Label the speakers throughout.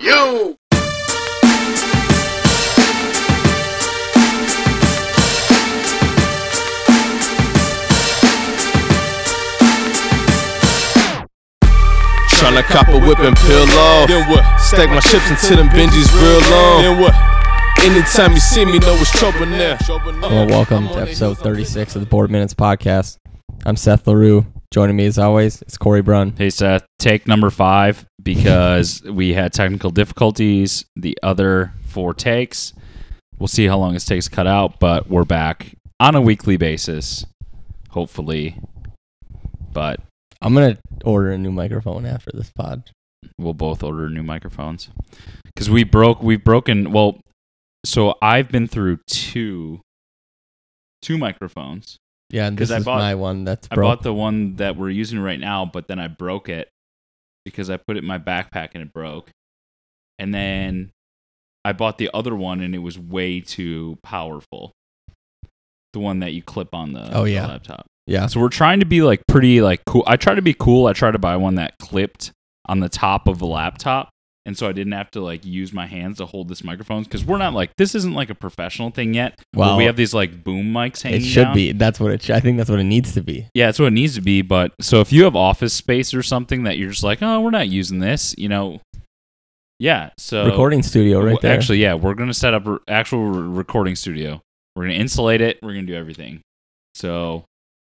Speaker 1: Yo!
Speaker 2: Tryna cop a whip and peel off.
Speaker 3: Then what?
Speaker 2: Stack my chips until them Benjis real long.
Speaker 3: Then what?
Speaker 2: Anytime you see me, know it's trouble now.
Speaker 4: Well, welcome to episode 36 of the Board Minutes Podcast. I'm Seth LaRue. Joining me as always is Corey Brunn.
Speaker 5: Hey Seth, take number five because we had technical difficulties. The other four takes, we'll see how long this takes to cut out, but we're back on a weekly basis, hopefully. But
Speaker 4: I'm going to order a new microphone after this pod.
Speaker 5: we'll both order new microphones because we broke. We've broken. Well, so I've been through two, two microphones.
Speaker 4: Yeah, and
Speaker 5: 'Cause
Speaker 4: this
Speaker 5: I
Speaker 4: is
Speaker 5: bought-
Speaker 4: my one that's
Speaker 5: I
Speaker 4: broke.
Speaker 5: bought the one that we're using right now, but then I broke it because I put it in my backpack and it broke. And
Speaker 4: Mm-hmm.
Speaker 5: then I bought the other one and it was way too powerful. The one that you clip on the,
Speaker 4: Oh,
Speaker 5: the
Speaker 4: yeah.
Speaker 5: laptop.
Speaker 4: yeah.
Speaker 5: So we're trying to be like pretty like cool. I try to be cool. I try to buy one that clipped on the top of the laptop. And so I didn't have to like use my hands to hold this microphone because we're not like this isn't like a professional thing yet. Well,
Speaker 4: Well,
Speaker 5: we have these like boom mics hanging.
Speaker 4: It should
Speaker 5: down.
Speaker 4: be. That's what it sh- I think that's what it needs to be.
Speaker 5: Yeah, it's what it needs to be. But so if you have office space or something that you're just like, oh, we're not using this, you know, yeah. So
Speaker 4: Recording studio right
Speaker 5: w-
Speaker 4: there.
Speaker 5: Actually, yeah, we're gonna set up an actual re- recording studio. We're gonna insulate it. We're gonna do everything. So,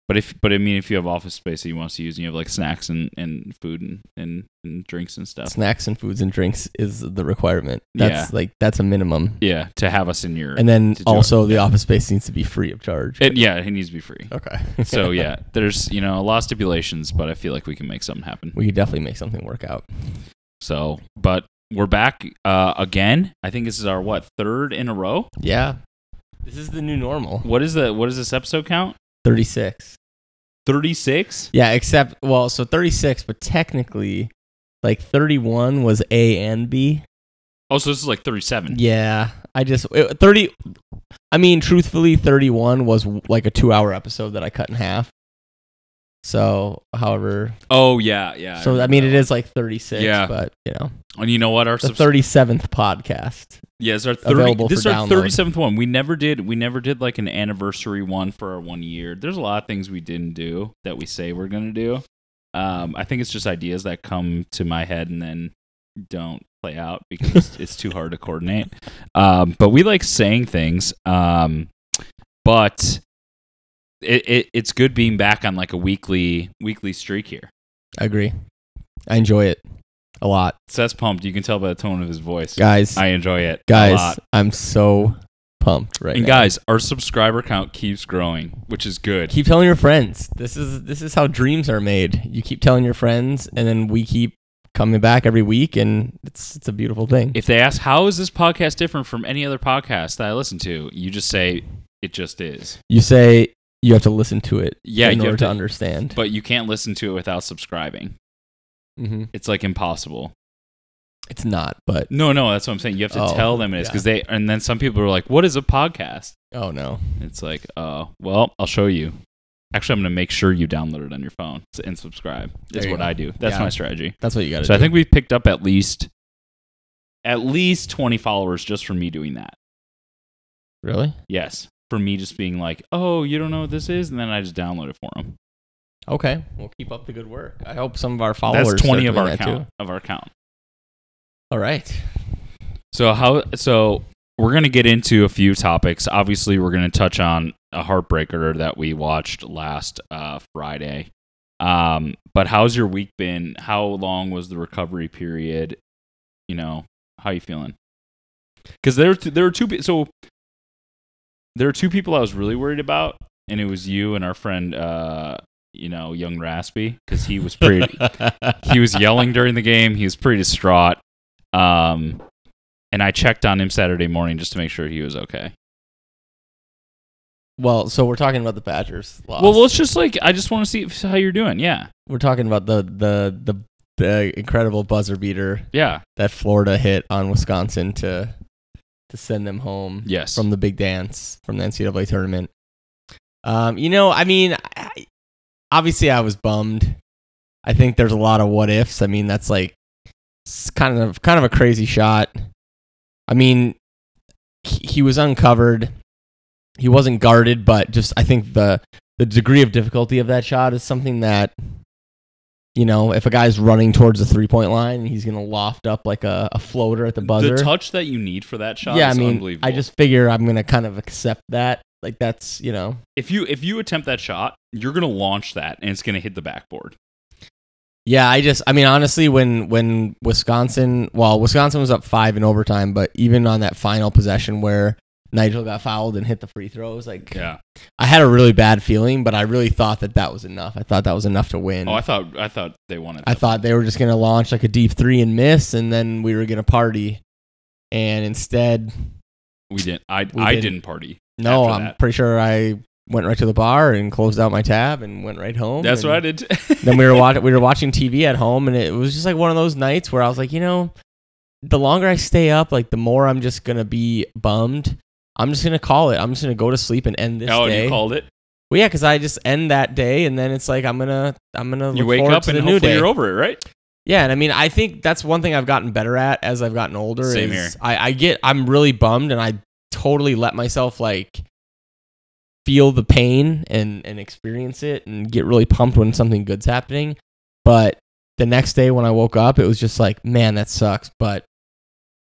Speaker 5: but if but I mean, if you have office space that you want us to use, and you have like snacks and and food and and, and drinks and stuff,
Speaker 4: snacks and foods and drinks is the requirement. That's like that's a minimum.
Speaker 5: yeah, to have us in your
Speaker 4: And then
Speaker 5: to do it.
Speaker 4: also the office space needs to be free of charge.
Speaker 5: It- yeah, it needs to be free.
Speaker 4: okay.
Speaker 5: So yeah, there's you know a lot of stipulations, but I feel like we can make something happen.
Speaker 4: we could definitely make something work out.
Speaker 5: So, but we're back uh, again. I think this is our what third in a row.
Speaker 4: Yeah. This is the new normal.
Speaker 5: What is the what is this episode count?
Speaker 4: 36.
Speaker 5: Thirty six.
Speaker 4: Yeah, except well, so 36, but technically like 31 was A and B.
Speaker 5: Oh, so this is like thirty seven.
Speaker 4: Yeah, I just it- 30 I mean, truthfully 31 was like a 2-hour episode that I cut in half. So, however,
Speaker 5: Oh yeah, yeah.
Speaker 4: so I mean it is like 36,
Speaker 5: Yeah.
Speaker 4: but you know,
Speaker 5: And you know what? Our
Speaker 4: the
Speaker 5: subs-
Speaker 4: 37th podcast.
Speaker 5: yeah, it's our thirty.
Speaker 4: available
Speaker 5: This is
Speaker 4: for
Speaker 5: our
Speaker 4: download.
Speaker 5: thirty seventh one. We never did. We never did like an anniversary one for our one year. There's a lot of things we didn't do that we say we're gonna do. Um, I think it's just ideas that come to my head and then don't play out because it's- it's too hard to coordinate. Um, but we like saying things. Um, but it, it it's good being back on like a weekly weekly streak here.
Speaker 4: I agree. I enjoy it a lot,
Speaker 5: Seth's pumped. You can tell by the tone of his voice.
Speaker 4: guys.
Speaker 5: I enjoy it. a lot.
Speaker 4: guys, I'm so pumped right
Speaker 5: and
Speaker 4: now.
Speaker 5: guys, our subscriber count keeps growing, which is good.
Speaker 4: keep telling your friends. This is this is how dreams are made. You keep telling your friends, and then we keep coming back every week, and it's it's a beautiful thing.
Speaker 5: if they ask how is this podcast different from any other podcast that I listen to, you just say it just is.
Speaker 4: you say you have to listen to it,
Speaker 5: Yeah,
Speaker 4: in
Speaker 5: you
Speaker 4: order
Speaker 5: have
Speaker 4: to,
Speaker 5: to-
Speaker 4: understand.
Speaker 5: But you can't listen to it without subscribing.
Speaker 4: mm-hmm.
Speaker 5: It's like impossible.
Speaker 4: It's not, but
Speaker 5: No, no, that's what I'm saying. You have to
Speaker 4: Oh,
Speaker 5: tell them it is
Speaker 4: yeah.
Speaker 5: because they. And then some people are like, "What is a podcast?"
Speaker 4: oh no,
Speaker 5: It's like, "Oh, well, I'll show you." Actually, I'm going to make sure you download it on your phone and subscribe.
Speaker 4: There
Speaker 5: Is
Speaker 4: you
Speaker 5: what
Speaker 4: go.
Speaker 5: I do. That's
Speaker 4: Yeah.
Speaker 5: my strategy.
Speaker 4: that's what you got to
Speaker 5: So
Speaker 4: do.
Speaker 5: I think we've picked up at least at least 20 followers just from me doing that.
Speaker 4: really
Speaker 5: Yes. For me just being like, oh, you don't know what this is? And then I just download it for them.
Speaker 4: okay. We'll keep up the good work. I hope some of our followers.
Speaker 5: That's 20
Speaker 4: start
Speaker 5: of our
Speaker 4: doing that
Speaker 5: count.
Speaker 4: too.
Speaker 5: Of our count.
Speaker 4: All right.
Speaker 5: So how so we're gonna get into a few topics. Obviously, we're gonna touch on a heartbreaker that we watched last uh, Friday. Um, but how's your week been? How long was the recovery period? You know, how you feeling? Because there, there are two. pe- So there are two people I was really worried about, and it was you and our friend, uh, you know, young Raspy, because he was pretty. he was yelling during the game. He was pretty distraught. Um, and I checked on him Saturday morning just to make sure he was okay.
Speaker 4: Well, so we're talking about the Badgers. Loss.
Speaker 5: Well, let's just like I just want to see if- how you're doing. Yeah,
Speaker 4: we're talking about the the the the incredible buzzer beater
Speaker 5: yeah,
Speaker 4: that Florida hit on Wisconsin to to send them home.
Speaker 5: yes.
Speaker 4: from the big dance from the NCAA tournament. Um, you know, I mean, I, obviously I was bummed. I think there's a lot of what ifs. I mean, that's like It's kind of kind of a crazy shot. I mean, he, he was uncovered. He wasn't guarded, but just I think the the degree of difficulty of that shot is something that you know, if a guy's running towards the three point line and he's gonna loft up like a, a floater at the buzzer.
Speaker 5: The touch that you need for that shot
Speaker 4: yeah, I
Speaker 5: is
Speaker 4: mean,
Speaker 5: unbelievable.
Speaker 4: I just figure I'm gonna kind of accept that. Like that's you know,
Speaker 5: if you if you attempt that shot, you're gonna launch that and it's gonna hit the backboard.
Speaker 4: Yeah, I just I mean honestly when when Wisconsin well Wisconsin was up 5 in overtime but even on that final possession where Nigel got fouled and hit the free throws like
Speaker 5: Yeah.
Speaker 4: I had a really bad feeling but I really thought that that was enough. I thought that was enough to win.
Speaker 5: Oh, I
Speaker 4: I,
Speaker 5: thought I thought they wanted. that.
Speaker 4: thought they were just going to launch like a deep 3 and miss and then we were going to party. And instead
Speaker 5: we didn't. I
Speaker 4: We
Speaker 5: I
Speaker 4: didn't.
Speaker 5: didn't party.
Speaker 4: no,
Speaker 5: After
Speaker 4: I'm
Speaker 5: that.
Speaker 4: pretty sure I went right to the bar and closed out my tab and went right home.
Speaker 5: That's
Speaker 4: and-
Speaker 5: what I did.
Speaker 4: Oh, then we were watching we were watching TV at home, and it was just like one of those nights where I was like, you know, the longer I stay up, like the more I'm just gonna be bummed. I'm just gonna call it. I'm just gonna go to sleep and end this
Speaker 5: oh,
Speaker 4: day.
Speaker 5: you called it.
Speaker 4: well, yeah, because I just end that day, and then it's like I'm gonna I'm gonna
Speaker 5: You
Speaker 4: look
Speaker 5: wake
Speaker 4: forward
Speaker 5: up
Speaker 4: to
Speaker 5: and
Speaker 4: the new
Speaker 5: hopefully
Speaker 4: day.
Speaker 5: you're over it, right?
Speaker 4: Yeah, and I mean, I think that's one thing I've gotten better at as I've gotten older.
Speaker 5: Same
Speaker 4: is
Speaker 5: here.
Speaker 4: I, I get, I'm really bummed, and I totally let myself like feel the pain and and experience it, and get really pumped when something good's happening. But the next day when I woke up, it was just like, man, that sucks, but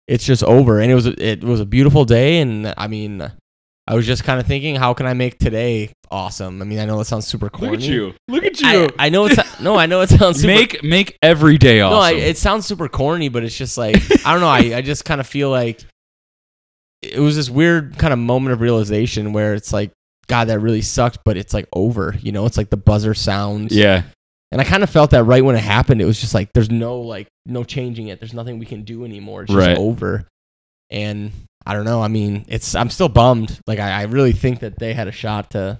Speaker 4: it's just over. And it was a, it was a beautiful day, and I mean, I was just kind of thinking, how can I make today awesome? I mean, I know that sounds super corny.
Speaker 5: Look at you. Look at
Speaker 4: I,
Speaker 5: you.
Speaker 4: I know it's no, I know it sounds super
Speaker 5: make make every day awesome.
Speaker 4: no, I, it sounds super corny, but it's just like I don't know. I, I just kind of feel like it was this weird kind of moment of realization where it's like, God, that really sucked, but it's like over. You know, it's like the buzzer sounds.
Speaker 5: yeah.
Speaker 4: And I kind of felt that right when it happened. It was just like there's no like no changing it. There's nothing we can do anymore. It's
Speaker 5: Right.
Speaker 4: just over. And I don't know. I mean, it's I'm still bummed. Like I, I really think that they had a shot to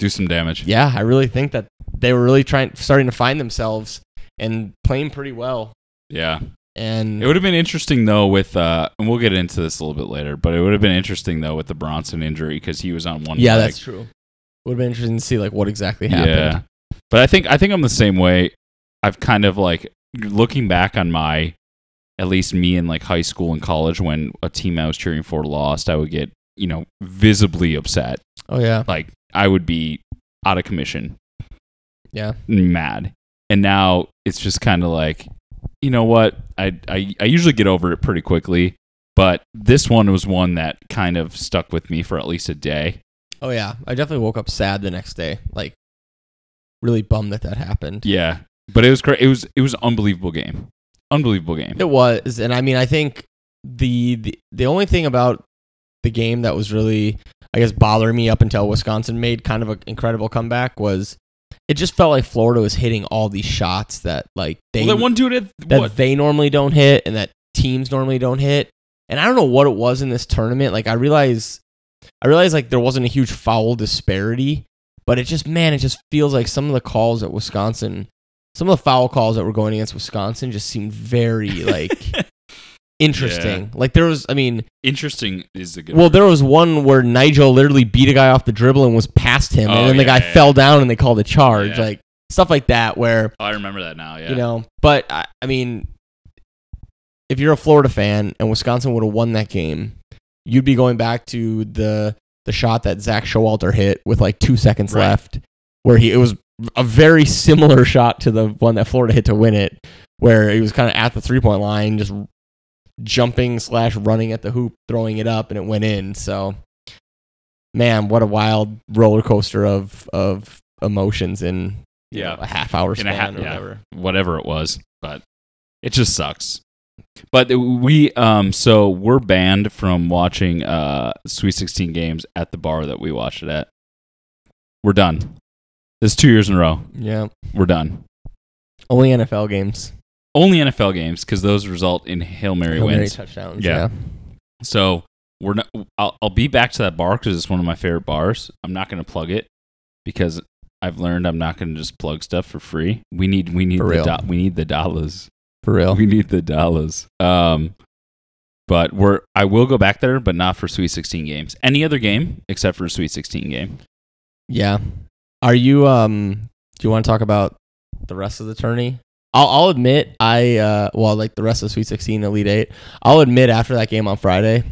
Speaker 5: Do some damage.
Speaker 4: yeah, I really think that they were really trying starting to find themselves and playing pretty well.
Speaker 5: Yeah.
Speaker 4: And
Speaker 5: It would have been interesting though with uh and we'll get into this a little bit later, but it would have been interesting though with the Bronson injury cuz he was on one
Speaker 4: Yeah,
Speaker 5: leg.
Speaker 4: that's true. Would have been interesting to see like what exactly happened.
Speaker 5: But I think I think I'm the same way. I've kind of like looking back on my at least me in like high school and college when a team I was cheering for lost, I would get, you know, visibly upset.
Speaker 4: Oh yeah,
Speaker 5: Like I would be out of commission,
Speaker 4: yeah,
Speaker 5: mad. And now it's just kind of like, you know what? I, I I usually get over it pretty quickly, but this one was one that kind of stuck with me for at least a day.
Speaker 4: oh yeah. I definitely woke up sad the next day. Like really bummed that that happened.
Speaker 5: Yeah. But it was great. It was it was an unbelievable game. Unbelievable game.
Speaker 4: It was, and I mean, I think the, the the only thing about the game that was really, I guess, bothering me up until Wisconsin made kind of an incredible comeback was it just felt like Florida was hitting all these shots that like they
Speaker 5: well, that one dude had
Speaker 4: that
Speaker 5: what?
Speaker 4: they normally don't hit and that teams normally don't hit. And I don't know what it was in this tournament. Like I realize I realize like there wasn't a huge foul disparity, but it just man, it just feels like some of the calls at Wisconsin some of the foul calls that were going against Wisconsin just seemed very like interesting. Like there was I mean,
Speaker 5: Interesting is the good.
Speaker 4: well there was one where Nigel literally beat a guy off the dribble and was past him
Speaker 5: Oh,
Speaker 4: and then the
Speaker 5: yeah,
Speaker 4: guy
Speaker 5: yeah,
Speaker 4: fell down and they called a charge.
Speaker 5: Yeah.
Speaker 4: Like stuff like that where
Speaker 5: I remember that now. Yeah.
Speaker 4: you know but I, I mean if you're a florida fan and wisconsin would have won that game you'd be going back to the the shot that zach showalter hit with like two seconds
Speaker 5: Right.
Speaker 4: left where he it was a very similar shot to the one that florida hit to win it where he was kind of at the three point line just jumping slash running at the hoop throwing it up and it went in so man what a wild roller coaster of of emotions in you
Speaker 5: Yeah.
Speaker 4: know, a half hour
Speaker 5: In
Speaker 4: span
Speaker 5: a ha-
Speaker 4: or
Speaker 5: yeah.
Speaker 4: whatever
Speaker 5: Whatever it was, but it just sucks. But we um so we're banned from watching uh Sweet 16 games at the bar that we watched it at. We're done. This is two years in a row.
Speaker 4: Yeah.
Speaker 5: We're done.
Speaker 4: Only NFL games.
Speaker 5: Only NFL games because those result in hail mary
Speaker 4: How many
Speaker 5: wins.
Speaker 4: touchdowns. Yeah.
Speaker 5: Yeah. So we're not. I'll, I'll be back to that bar because it's one of my favorite bars. I'm not going to plug it because I've learned I'm not going to just plug stuff for free. We need we need
Speaker 4: For
Speaker 5: the
Speaker 4: real.
Speaker 5: do- we need the dollars.
Speaker 4: For real.
Speaker 5: We need the dollars. Um, but we're I will go back there, but not for Sweet 16 games. Any other game except for a Sweet 16 game.
Speaker 4: Yeah. Are you um do you want to talk about the rest of the tourney? I'll, I'll admit, I uh, well, like the rest of Sweet 16, Elite Eight. I'll admit, after that game on Friday,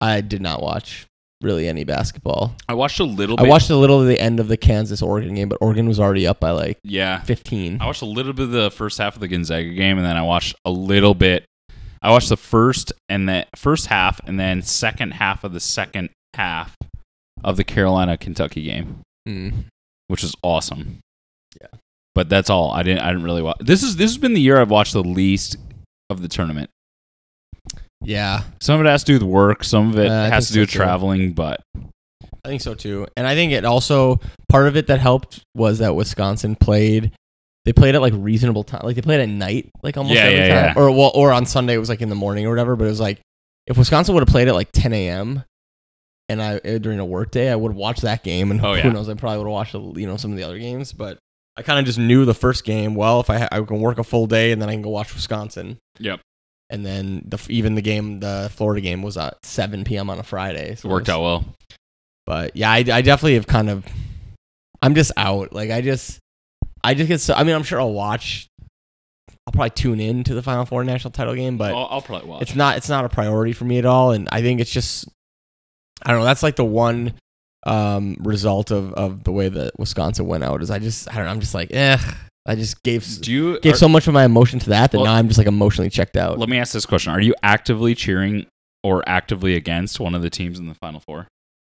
Speaker 4: I did not watch really any basketball.
Speaker 5: I watched a little.
Speaker 4: I
Speaker 5: bit.
Speaker 4: watched a little of the end of the Kansas Oregon game, but Oregon was already up by like
Speaker 5: Yeah,
Speaker 4: 15.
Speaker 5: I watched a little bit of the first half of the Gonzaga game, and then I watched a little bit. I watched the first and the first half, and then second half of the second half of the Carolina Kentucky game,
Speaker 4: Mm.
Speaker 5: which is awesome.
Speaker 4: Yeah.
Speaker 5: but that's all. I didn't. I didn't really watch. This is this has been the year I've watched the least of the tournament.
Speaker 4: Yeah,
Speaker 5: Some of it has to do with work. Some of it
Speaker 4: Uh, I think
Speaker 5: has to do
Speaker 4: so
Speaker 5: with
Speaker 4: too.
Speaker 5: traveling. But
Speaker 4: I think so too. And I think it also part of it that helped was that Wisconsin played. They played at like reasonable time, like they played at night, like almost
Speaker 5: Yeah,
Speaker 4: every
Speaker 5: yeah,
Speaker 4: time, or well, or on Sunday it was like in the morning or whatever. But it was like if Wisconsin would have played at like 10 a.m. and I uh, during a work day, I would have watched that game, and
Speaker 5: Oh,
Speaker 4: who
Speaker 5: yeah.
Speaker 4: knows, I probably would have watched the- you know some of the other games. But I kind of just knew the first game. Well, if I ha- I can work a full day and then I can go watch Wisconsin.
Speaker 5: Yep.
Speaker 4: And then the f- even the game, the Florida game was at 7 p.m. on a Friday,
Speaker 5: it
Speaker 4: so
Speaker 5: worked
Speaker 4: out.
Speaker 5: out well.
Speaker 4: But yeah, I, I definitely have kind of. I'm just out. Like I just, I just get so. I mean, I'm sure I'll watch. I'll probably tune in to the Final Four national title game, but
Speaker 5: I'll, I'll probably watch.
Speaker 4: it's not. It's not a priority for me at all. And I think it's just. I don't know. That's like the one um, result of of the way that Wisconsin went out is I just I don't know. I'm just like eh. I just gave s-
Speaker 5: do you?
Speaker 4: gave
Speaker 5: are-
Speaker 4: so much of my emotion to that that
Speaker 5: Well-
Speaker 4: now I'm just like emotionally checked out.
Speaker 5: Let me ask this question: Are you actively cheering or actively against one of the teams in the Final Four?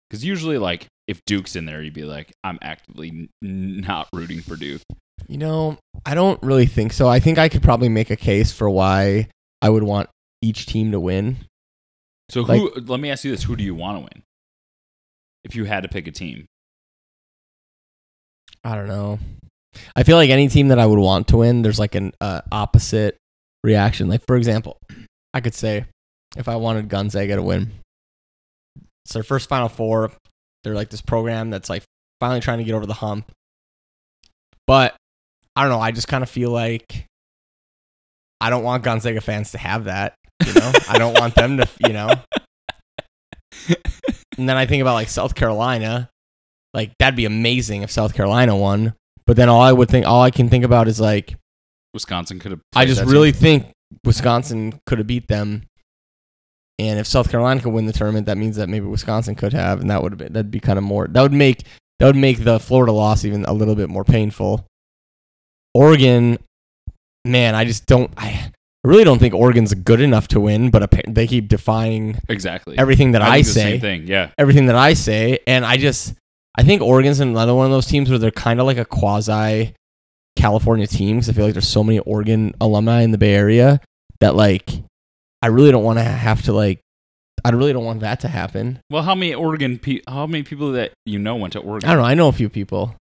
Speaker 5: Because usually, like if Duke's in there, you'd be like, I'm actively n- not rooting for Duke.
Speaker 4: You know, I don't really think so. I think I could probably make a case for why I would want each team to win.
Speaker 5: So who? let me ask you this: Who do you want to win? If you had to pick a team,
Speaker 4: I don't know. I feel like any team that I would want to win, there's like an uh, opposite reaction. Like for example, I could say if I wanted Gonzaga to win, it's their first Final Four. They're like this program that's like finally trying to get over the hump. But I don't know. I just kind of feel like I don't want Gonzaga fans to have that. You know, I don't want them to. You know. And then I think about like South Carolina. Like that'd be amazing if South Carolina won. But then all I would think, all I can think about is like,
Speaker 5: Wisconsin could have.
Speaker 4: I just really think Wisconsin could have beat them. And if South Carolina could win the tournament, that means that maybe Wisconsin could have, and that would have been, that'd be kind of more. That would make that would make the Florida loss even a little bit more painful. Oregon, man, I just don't. I, I really don't think Oregon's good enough to win, but appa- they keep defying
Speaker 5: exactly
Speaker 4: everything that I,
Speaker 5: think the
Speaker 4: say
Speaker 5: same thing. Yeah,
Speaker 4: everything that I say, and I just I think Oregon's another one of those teams where they're kind of like a quasi California team because I feel like there's so many Oregon alumni in the Bay Area that like I really don't want to have to like I really don't want that to happen.
Speaker 5: Well, how many Oregon? Pe- how many people that you know went to Oregon?
Speaker 4: I don't know. I know a few people.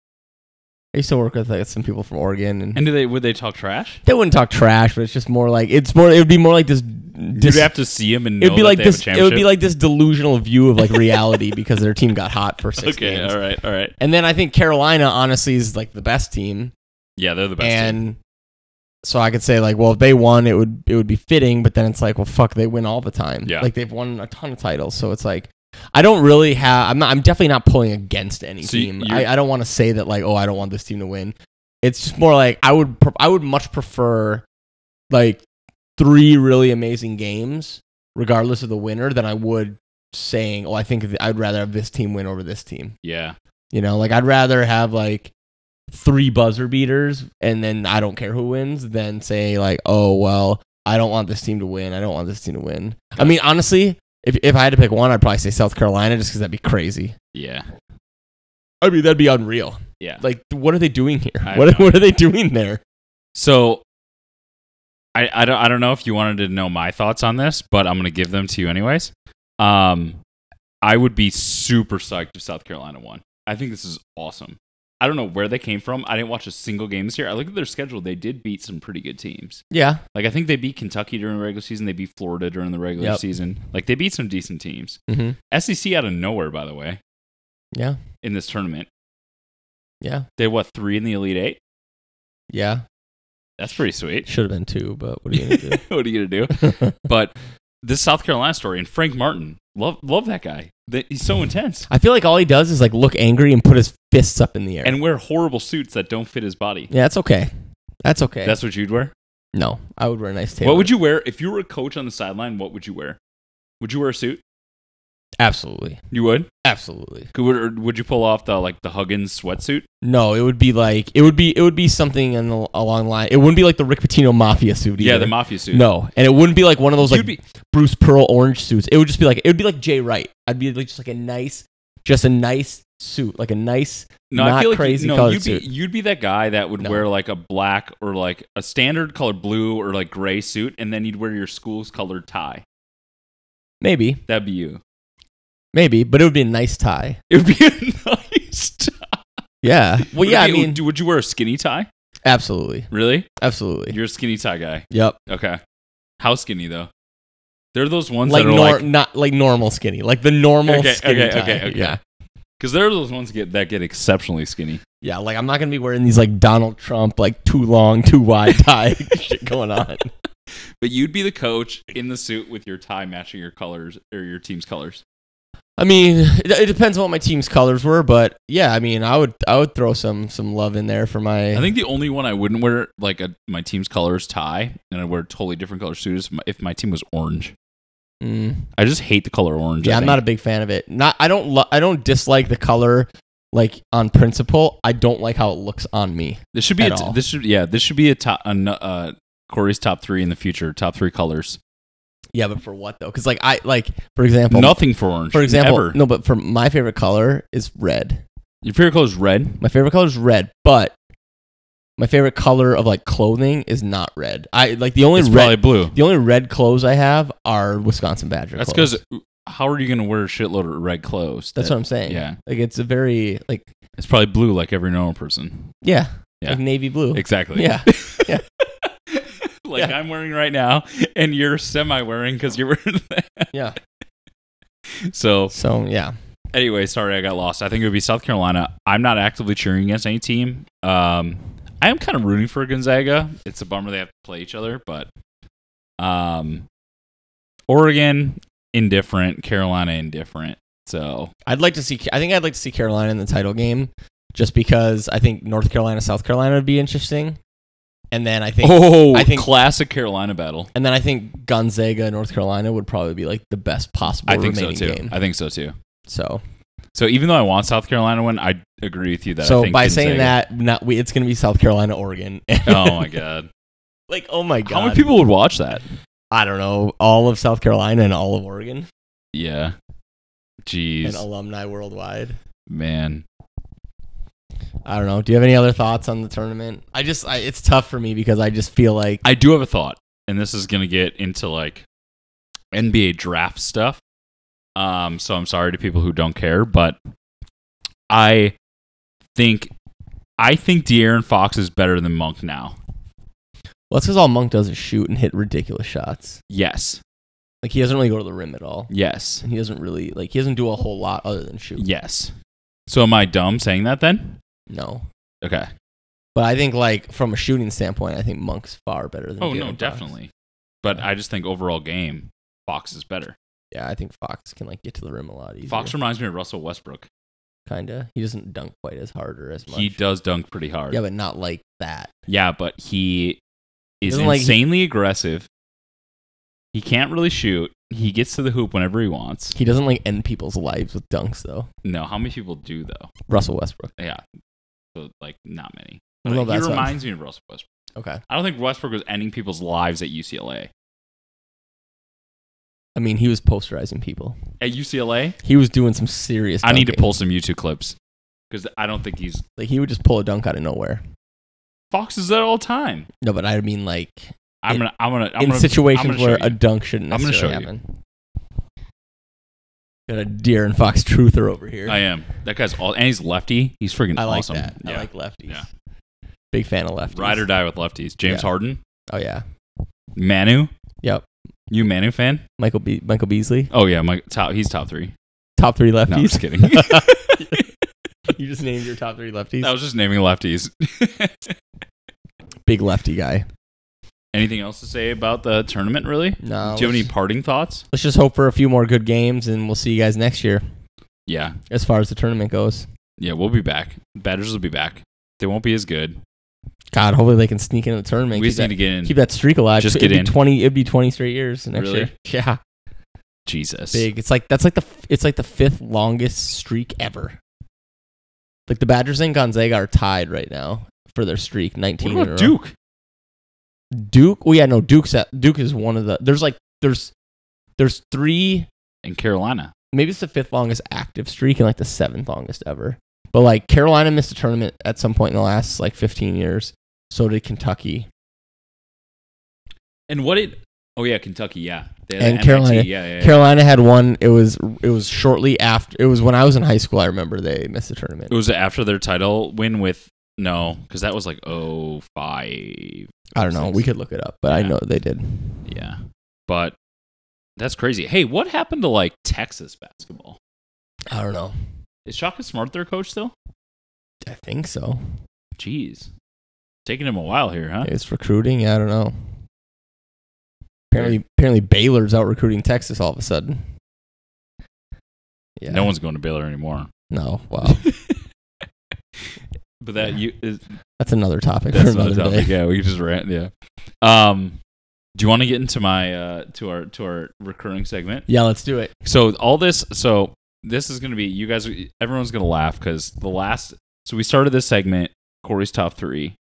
Speaker 4: I used to work with like, some people from Oregon, and,
Speaker 5: And do they would they talk trash?
Speaker 4: they wouldn't talk trash, but it's just more like it's more. It would be more like this. dis-
Speaker 5: You'd have to see them and know
Speaker 4: it would be
Speaker 5: that
Speaker 4: like
Speaker 5: they
Speaker 4: this.
Speaker 5: Have
Speaker 4: It
Speaker 5: a
Speaker 4: would be
Speaker 5: championship?
Speaker 4: like this delusional view of like reality because their team got hot for six
Speaker 5: okay.
Speaker 4: games.
Speaker 5: All right, all right.
Speaker 4: And then I think Carolina honestly is like the best team.
Speaker 5: Yeah, they're the best. team.
Speaker 4: and so I could say like, well, if they won, it would it would be fitting, but then it's like, well, fuck, they win all the time.
Speaker 5: Yeah.
Speaker 4: Like they've won a ton of titles, so it's like I don't really have. I'm not. I'm definitely not pulling against any
Speaker 5: So you-
Speaker 4: team.
Speaker 5: you're-
Speaker 4: I, I don't want to say that like, oh, I don't want this team to win. It's just more like I would. Pre- I would much prefer like three really amazing games, regardless of the winner, than I would saying, oh, I think th- I'd rather have this team win over this team.
Speaker 5: yeah,
Speaker 4: You know, like I'd rather have like three buzzer beaters and then I don't care who wins than say like, oh well, I don't want this team to win. I don't want this team to win. I mean, honestly, if if I had to pick one, I'd probably say South Carolina just because that'd be crazy.
Speaker 5: yeah,
Speaker 4: I mean, that'd be unreal.
Speaker 5: yeah.
Speaker 4: Like, what are they doing here?
Speaker 5: I
Speaker 4: What
Speaker 5: know.
Speaker 4: what are they doing there?
Speaker 5: So I, I don't I don't know if you wanted to know my thoughts on this, but I'm gonna give them to you anyways. Um I would be super psyched if South Carolina won. I think this is awesome. I don't know where they came from. I didn't watch a single game this year. I looked at their schedule. They did beat some pretty good teams.
Speaker 4: Yeah,
Speaker 5: Like I think they beat Kentucky during the regular season. They beat Florida during the regular
Speaker 4: Yep.
Speaker 5: season. Like they beat some decent teams.
Speaker 4: mm-hmm.
Speaker 5: SEC E out of nowhere, by the way,
Speaker 4: yeah,
Speaker 5: in this tournament.
Speaker 4: yeah,
Speaker 5: They what three in the Elite Eight?
Speaker 4: yeah.
Speaker 5: That's pretty sweet.
Speaker 4: Should have been two, but what are you gonna
Speaker 5: what are you gonna do?
Speaker 4: do?
Speaker 5: But this South Carolina story and Frank Martin, love love that guy. That- He's so intense
Speaker 4: I feel like all he does is like look angry and put his fists up in the air.
Speaker 5: and wear horrible suits that don't fit his body.
Speaker 4: yeah, that's okay. That's okay.
Speaker 5: That's what you'd wear.
Speaker 4: No, I would wear a nice tailor.
Speaker 5: What would you wear if you were a coach on the sideline? What would you wear? Would you wear a suit?
Speaker 4: Absolutely,
Speaker 5: You would.
Speaker 4: absolutely.
Speaker 5: Could- Would, or would you pull off the like the Huggins sweatsuit?
Speaker 4: No, it would be like it would be it would be something in the, along the line. It wouldn't be like the Rick Pitino mafia suit. Either.
Speaker 5: Yeah, the mafia suit.
Speaker 4: No, and it wouldn't be like one of those like
Speaker 5: You'd be-
Speaker 4: Bruce Pearl orange suits. It would just be like it would be like Jay Wright. I'd be like just like a nice, just a nice suit, like a nice.
Speaker 5: no, I
Speaker 4: not
Speaker 5: feel like
Speaker 4: crazy
Speaker 5: you, no,
Speaker 4: colored
Speaker 5: you'd be
Speaker 4: suit.
Speaker 5: you'd be that guy that would
Speaker 4: No.
Speaker 5: wear like a black or like a standard colored blue or like gray suit, and then you'd wear your school's colored tie.
Speaker 4: Maybe,
Speaker 5: That'd be you.
Speaker 4: maybe, but it would be a nice tie.
Speaker 5: It would be a nice tie.
Speaker 4: Yeah. Well,
Speaker 5: Would it
Speaker 4: yeah. I
Speaker 5: be-
Speaker 4: mean,
Speaker 5: would, would you wear a skinny tie?
Speaker 4: absolutely,
Speaker 5: Really?
Speaker 4: absolutely.
Speaker 5: You're a skinny tie guy.
Speaker 4: Yep.
Speaker 5: Okay. How skinny though? There are those ones
Speaker 4: Like
Speaker 5: that are
Speaker 4: nor-
Speaker 5: like
Speaker 4: not like normal skinny, like the normal
Speaker 5: Okay,
Speaker 4: skinny
Speaker 5: okay,
Speaker 4: tie.
Speaker 5: okay, okay.
Speaker 4: Yeah.
Speaker 5: because there are those ones get that get exceptionally skinny.
Speaker 4: Yeah, like I'm not gonna be wearing these like Donald Trump like too long, too wide tie shit going on.
Speaker 5: But you'd be the coach in the suit with your tie matching your colors or your team's colors.
Speaker 4: I mean, it, it depends on what my team's colors were, but yeah, I mean, I would I would throw some some love in there for my.
Speaker 5: I think the only one I wouldn't wear like a, my team's colors tie, and I would wear a totally different color suit is if my, if my team was orange.
Speaker 4: Mm.
Speaker 5: I just hate the color orange.
Speaker 4: yeah,
Speaker 5: I
Speaker 4: I'm
Speaker 5: think.
Speaker 4: not a big fan of it. Not I don't lo- I don't dislike the color like on principle. I don't like how it looks on me.
Speaker 5: This should be
Speaker 4: at
Speaker 5: a t-
Speaker 4: all.
Speaker 5: this should yeah this should be a top a, no- uh, Corey's top three in the future. Top three colors.
Speaker 4: Yeah, but for what though? Because like I like for example,
Speaker 5: Nothing for orange.
Speaker 4: for example,
Speaker 5: ever.
Speaker 4: no, but for my favorite color is red.
Speaker 5: your favorite color is red.
Speaker 4: My favorite color is red, but my favorite color of like clothing is not red. I like the only
Speaker 5: It's
Speaker 4: red
Speaker 5: probably blue.
Speaker 4: the only red clothes I have are Wisconsin Badger.
Speaker 5: That's
Speaker 4: clothes.
Speaker 5: because how are you going to wear a shitload of red clothes?
Speaker 4: that's
Speaker 5: that-
Speaker 4: what I'm saying.
Speaker 5: yeah.
Speaker 4: like it's a very like
Speaker 5: It's probably blue like every normal person.
Speaker 4: yeah,
Speaker 5: Yeah.
Speaker 4: like navy blue.
Speaker 5: Exactly.
Speaker 4: Yeah,
Speaker 5: like
Speaker 4: Yeah.
Speaker 5: I'm wearing right now, and you're semi wearing because you're wearing that.
Speaker 4: yeah.
Speaker 5: So
Speaker 4: So yeah,
Speaker 5: anyway, sorry I got lost. I think it would be South Carolina. I'm not actively cheering against any team. Um, I am kind of rooting for Gonzaga. It's a bummer they have to play each other, but um, Oregon indifferent, Carolina indifferent. So
Speaker 4: I'd like to see. I think I'd like to see Carolina in the title game, just because I think North Carolina, South Carolina would be interesting, and then I think.
Speaker 5: oh,
Speaker 4: I think-
Speaker 5: classic Carolina battle.
Speaker 4: And then I think Gonzaga, North Carolina would probably be like the best possible
Speaker 5: I think so
Speaker 4: remaining
Speaker 5: too.
Speaker 4: game.
Speaker 5: I think so too.
Speaker 4: So,
Speaker 5: So even though I want South Carolina one, I agree with you that. I
Speaker 4: so
Speaker 5: think
Speaker 4: by saying
Speaker 5: Gonzaga-
Speaker 4: that, not we, it's going to be South Carolina, Oregon.
Speaker 5: oh my god.
Speaker 4: like oh my god,
Speaker 5: how many people would watch that?
Speaker 4: I don't know. All of South Carolina and all of Oregon.
Speaker 5: Yeah, jeez,
Speaker 4: and alumni worldwide.
Speaker 5: man.
Speaker 4: I don't know. Do you have any other thoughts on the tournament? I just, I, it's tough for me because I just feel like
Speaker 5: I do have a thought, and this is gonna get into like NBA draft stuff. Um, so I'm sorry to people who don't care, but I think I think De'Aaron Fox is better than Monk now.
Speaker 4: well, that's because all Monk does is shoot and hit ridiculous shots.
Speaker 5: Yes,
Speaker 4: Like he doesn't really go to the rim at all,
Speaker 5: yes,
Speaker 4: and he doesn't really like he doesn't do a whole lot other than shoot.
Speaker 5: yes. So am I dumb saying that then?
Speaker 4: No,
Speaker 5: Okay.
Speaker 4: but I think like from a shooting standpoint, I think Monk's far better than.
Speaker 5: Oh
Speaker 4: De'Aaron
Speaker 5: no,
Speaker 4: Fox.
Speaker 5: definitely. But I just think overall game, Fox is better.
Speaker 4: Yeah, I think Fox can like get to the rim a lot easier.
Speaker 5: Fox reminds me of Russell Westbrook.
Speaker 4: kinda. He doesn't dunk quite as hard or as much.
Speaker 5: He does dunk pretty hard.
Speaker 4: Yeah, but not like that.
Speaker 5: Yeah, but he is
Speaker 4: Doesn't like-
Speaker 5: insanely aggressive. He can't really shoot. He gets to the hoop whenever he wants.
Speaker 4: He doesn't like end people's lives with dunks though.
Speaker 5: No, how many people do though?
Speaker 4: Russell Westbrook.
Speaker 5: Yeah, so like not many.
Speaker 4: Well, no,
Speaker 5: But he
Speaker 4: that's what I'm-
Speaker 5: reminds me of Russell Westbrook.
Speaker 4: Okay.
Speaker 5: I don't think Westbrook was ending people's lives at UCLA.
Speaker 4: I mean, he was posterizing people.
Speaker 5: At UCLA,
Speaker 4: He was doing some serious.
Speaker 5: I need to
Speaker 4: dunking.
Speaker 5: pull some YouTube clips because I don't think he's
Speaker 4: Like he would just pull a dunk out of nowhere.
Speaker 5: Fox is there all the time.
Speaker 4: No, but I mean like
Speaker 5: I'm
Speaker 4: In-
Speaker 5: gonna, I'm gonna, I'm
Speaker 4: in
Speaker 5: gonna,
Speaker 4: situations
Speaker 5: I'm gonna show
Speaker 4: where
Speaker 5: you.
Speaker 4: a dunk shouldn't
Speaker 5: I'm gonna
Speaker 4: necessarily
Speaker 5: show
Speaker 4: happen. Got a deer and fox truther over here.
Speaker 5: I am that guy's all, and he's lefty. He's freaking
Speaker 4: I like
Speaker 5: awesome.
Speaker 4: that. I
Speaker 5: Yeah.
Speaker 4: like lefties.
Speaker 5: Yeah.
Speaker 4: Big fan of lefties.
Speaker 5: Ride or die with lefties. James
Speaker 4: Yeah.
Speaker 5: Harden,
Speaker 4: Oh yeah.
Speaker 5: Manu.
Speaker 4: Yep.
Speaker 5: You a Manu fan?
Speaker 4: Michael Be- Michael Beasley.
Speaker 5: Oh yeah, my top. He's top three.
Speaker 4: Top three
Speaker 5: No, I'm just
Speaker 4: lefties.
Speaker 5: kidding. I
Speaker 4: you just named your top three lefties.
Speaker 5: was just naming lefties.
Speaker 4: Big lefty guy.
Speaker 5: Anything else to say about the tournament? Really?
Speaker 4: No.
Speaker 5: Do you have any
Speaker 4: let's-
Speaker 5: parting thoughts?
Speaker 4: Let's just hope for a few more good games, and we'll see you guys next year
Speaker 5: Yeah,
Speaker 4: as far as the tournament goes.
Speaker 5: yeah. We'll be back. Badgers will be back. They won't be as good,
Speaker 4: God, hopefully they can sneak into the tournament.
Speaker 5: we
Speaker 4: Keep
Speaker 5: just need
Speaker 4: that,
Speaker 5: to get in.
Speaker 4: keep that streak alive.
Speaker 5: Just
Speaker 4: it'd
Speaker 5: get
Speaker 4: be
Speaker 5: in.
Speaker 4: twenty. It'd be twenty straight years next
Speaker 5: Really?
Speaker 4: year. Yeah,
Speaker 5: Jesus.
Speaker 4: big. It's like that's like the f- it's like the fifth longest streak ever. Like the Badgers and Gonzaga are tied right now for their streak, nineteen.
Speaker 5: What
Speaker 4: in a
Speaker 5: about
Speaker 4: row.
Speaker 5: Duke?
Speaker 4: Duke. Well, yeah, no, Duke's at, Duke is one of the. There's like there's there's three.
Speaker 5: in Carolina.
Speaker 4: Maybe it's the fifth longest active streak and like the seventh longest ever. But like Carolina missed a tournament at some point in the last like 15 years. So did Kentucky.
Speaker 5: And what did? Oh yeah, Kentucky. Yeah, They had
Speaker 4: And
Speaker 5: the
Speaker 4: Carolina.
Speaker 5: Yeah, yeah, yeah.
Speaker 4: Carolina had one. It was it was shortly after. It was when I was in high school. I remember they missed the tournament.
Speaker 5: it was after their title win with no, because that was like oh five.
Speaker 4: I don't know. We could look it up, but I
Speaker 5: Yeah.
Speaker 4: know they did.
Speaker 5: Yeah, but that's crazy. Hey, what happened to like Texas basketball?
Speaker 4: I don't know.
Speaker 5: Is Shaka Smart their coach still?
Speaker 4: I think so.
Speaker 5: Jeez, taking him a while here, huh?
Speaker 4: It's recruiting. I don't know. Apparently, apparently Baylor's out recruiting Texas all of a sudden. Yeah.
Speaker 5: No one's going to Baylor anymore.
Speaker 4: No. Wow.
Speaker 5: But that you is
Speaker 4: That's another topic
Speaker 5: that's
Speaker 4: for
Speaker 5: another
Speaker 4: another
Speaker 5: topic.
Speaker 4: day.
Speaker 5: Yeah, we could just rant. Yeah. Um, do you want to get into my uh to our to our recurring segment?
Speaker 4: Yeah, let's do it.
Speaker 5: So all this, so this is going to be you guys. Everyone's going to laugh because the last. So we started this segment, Corey's top three,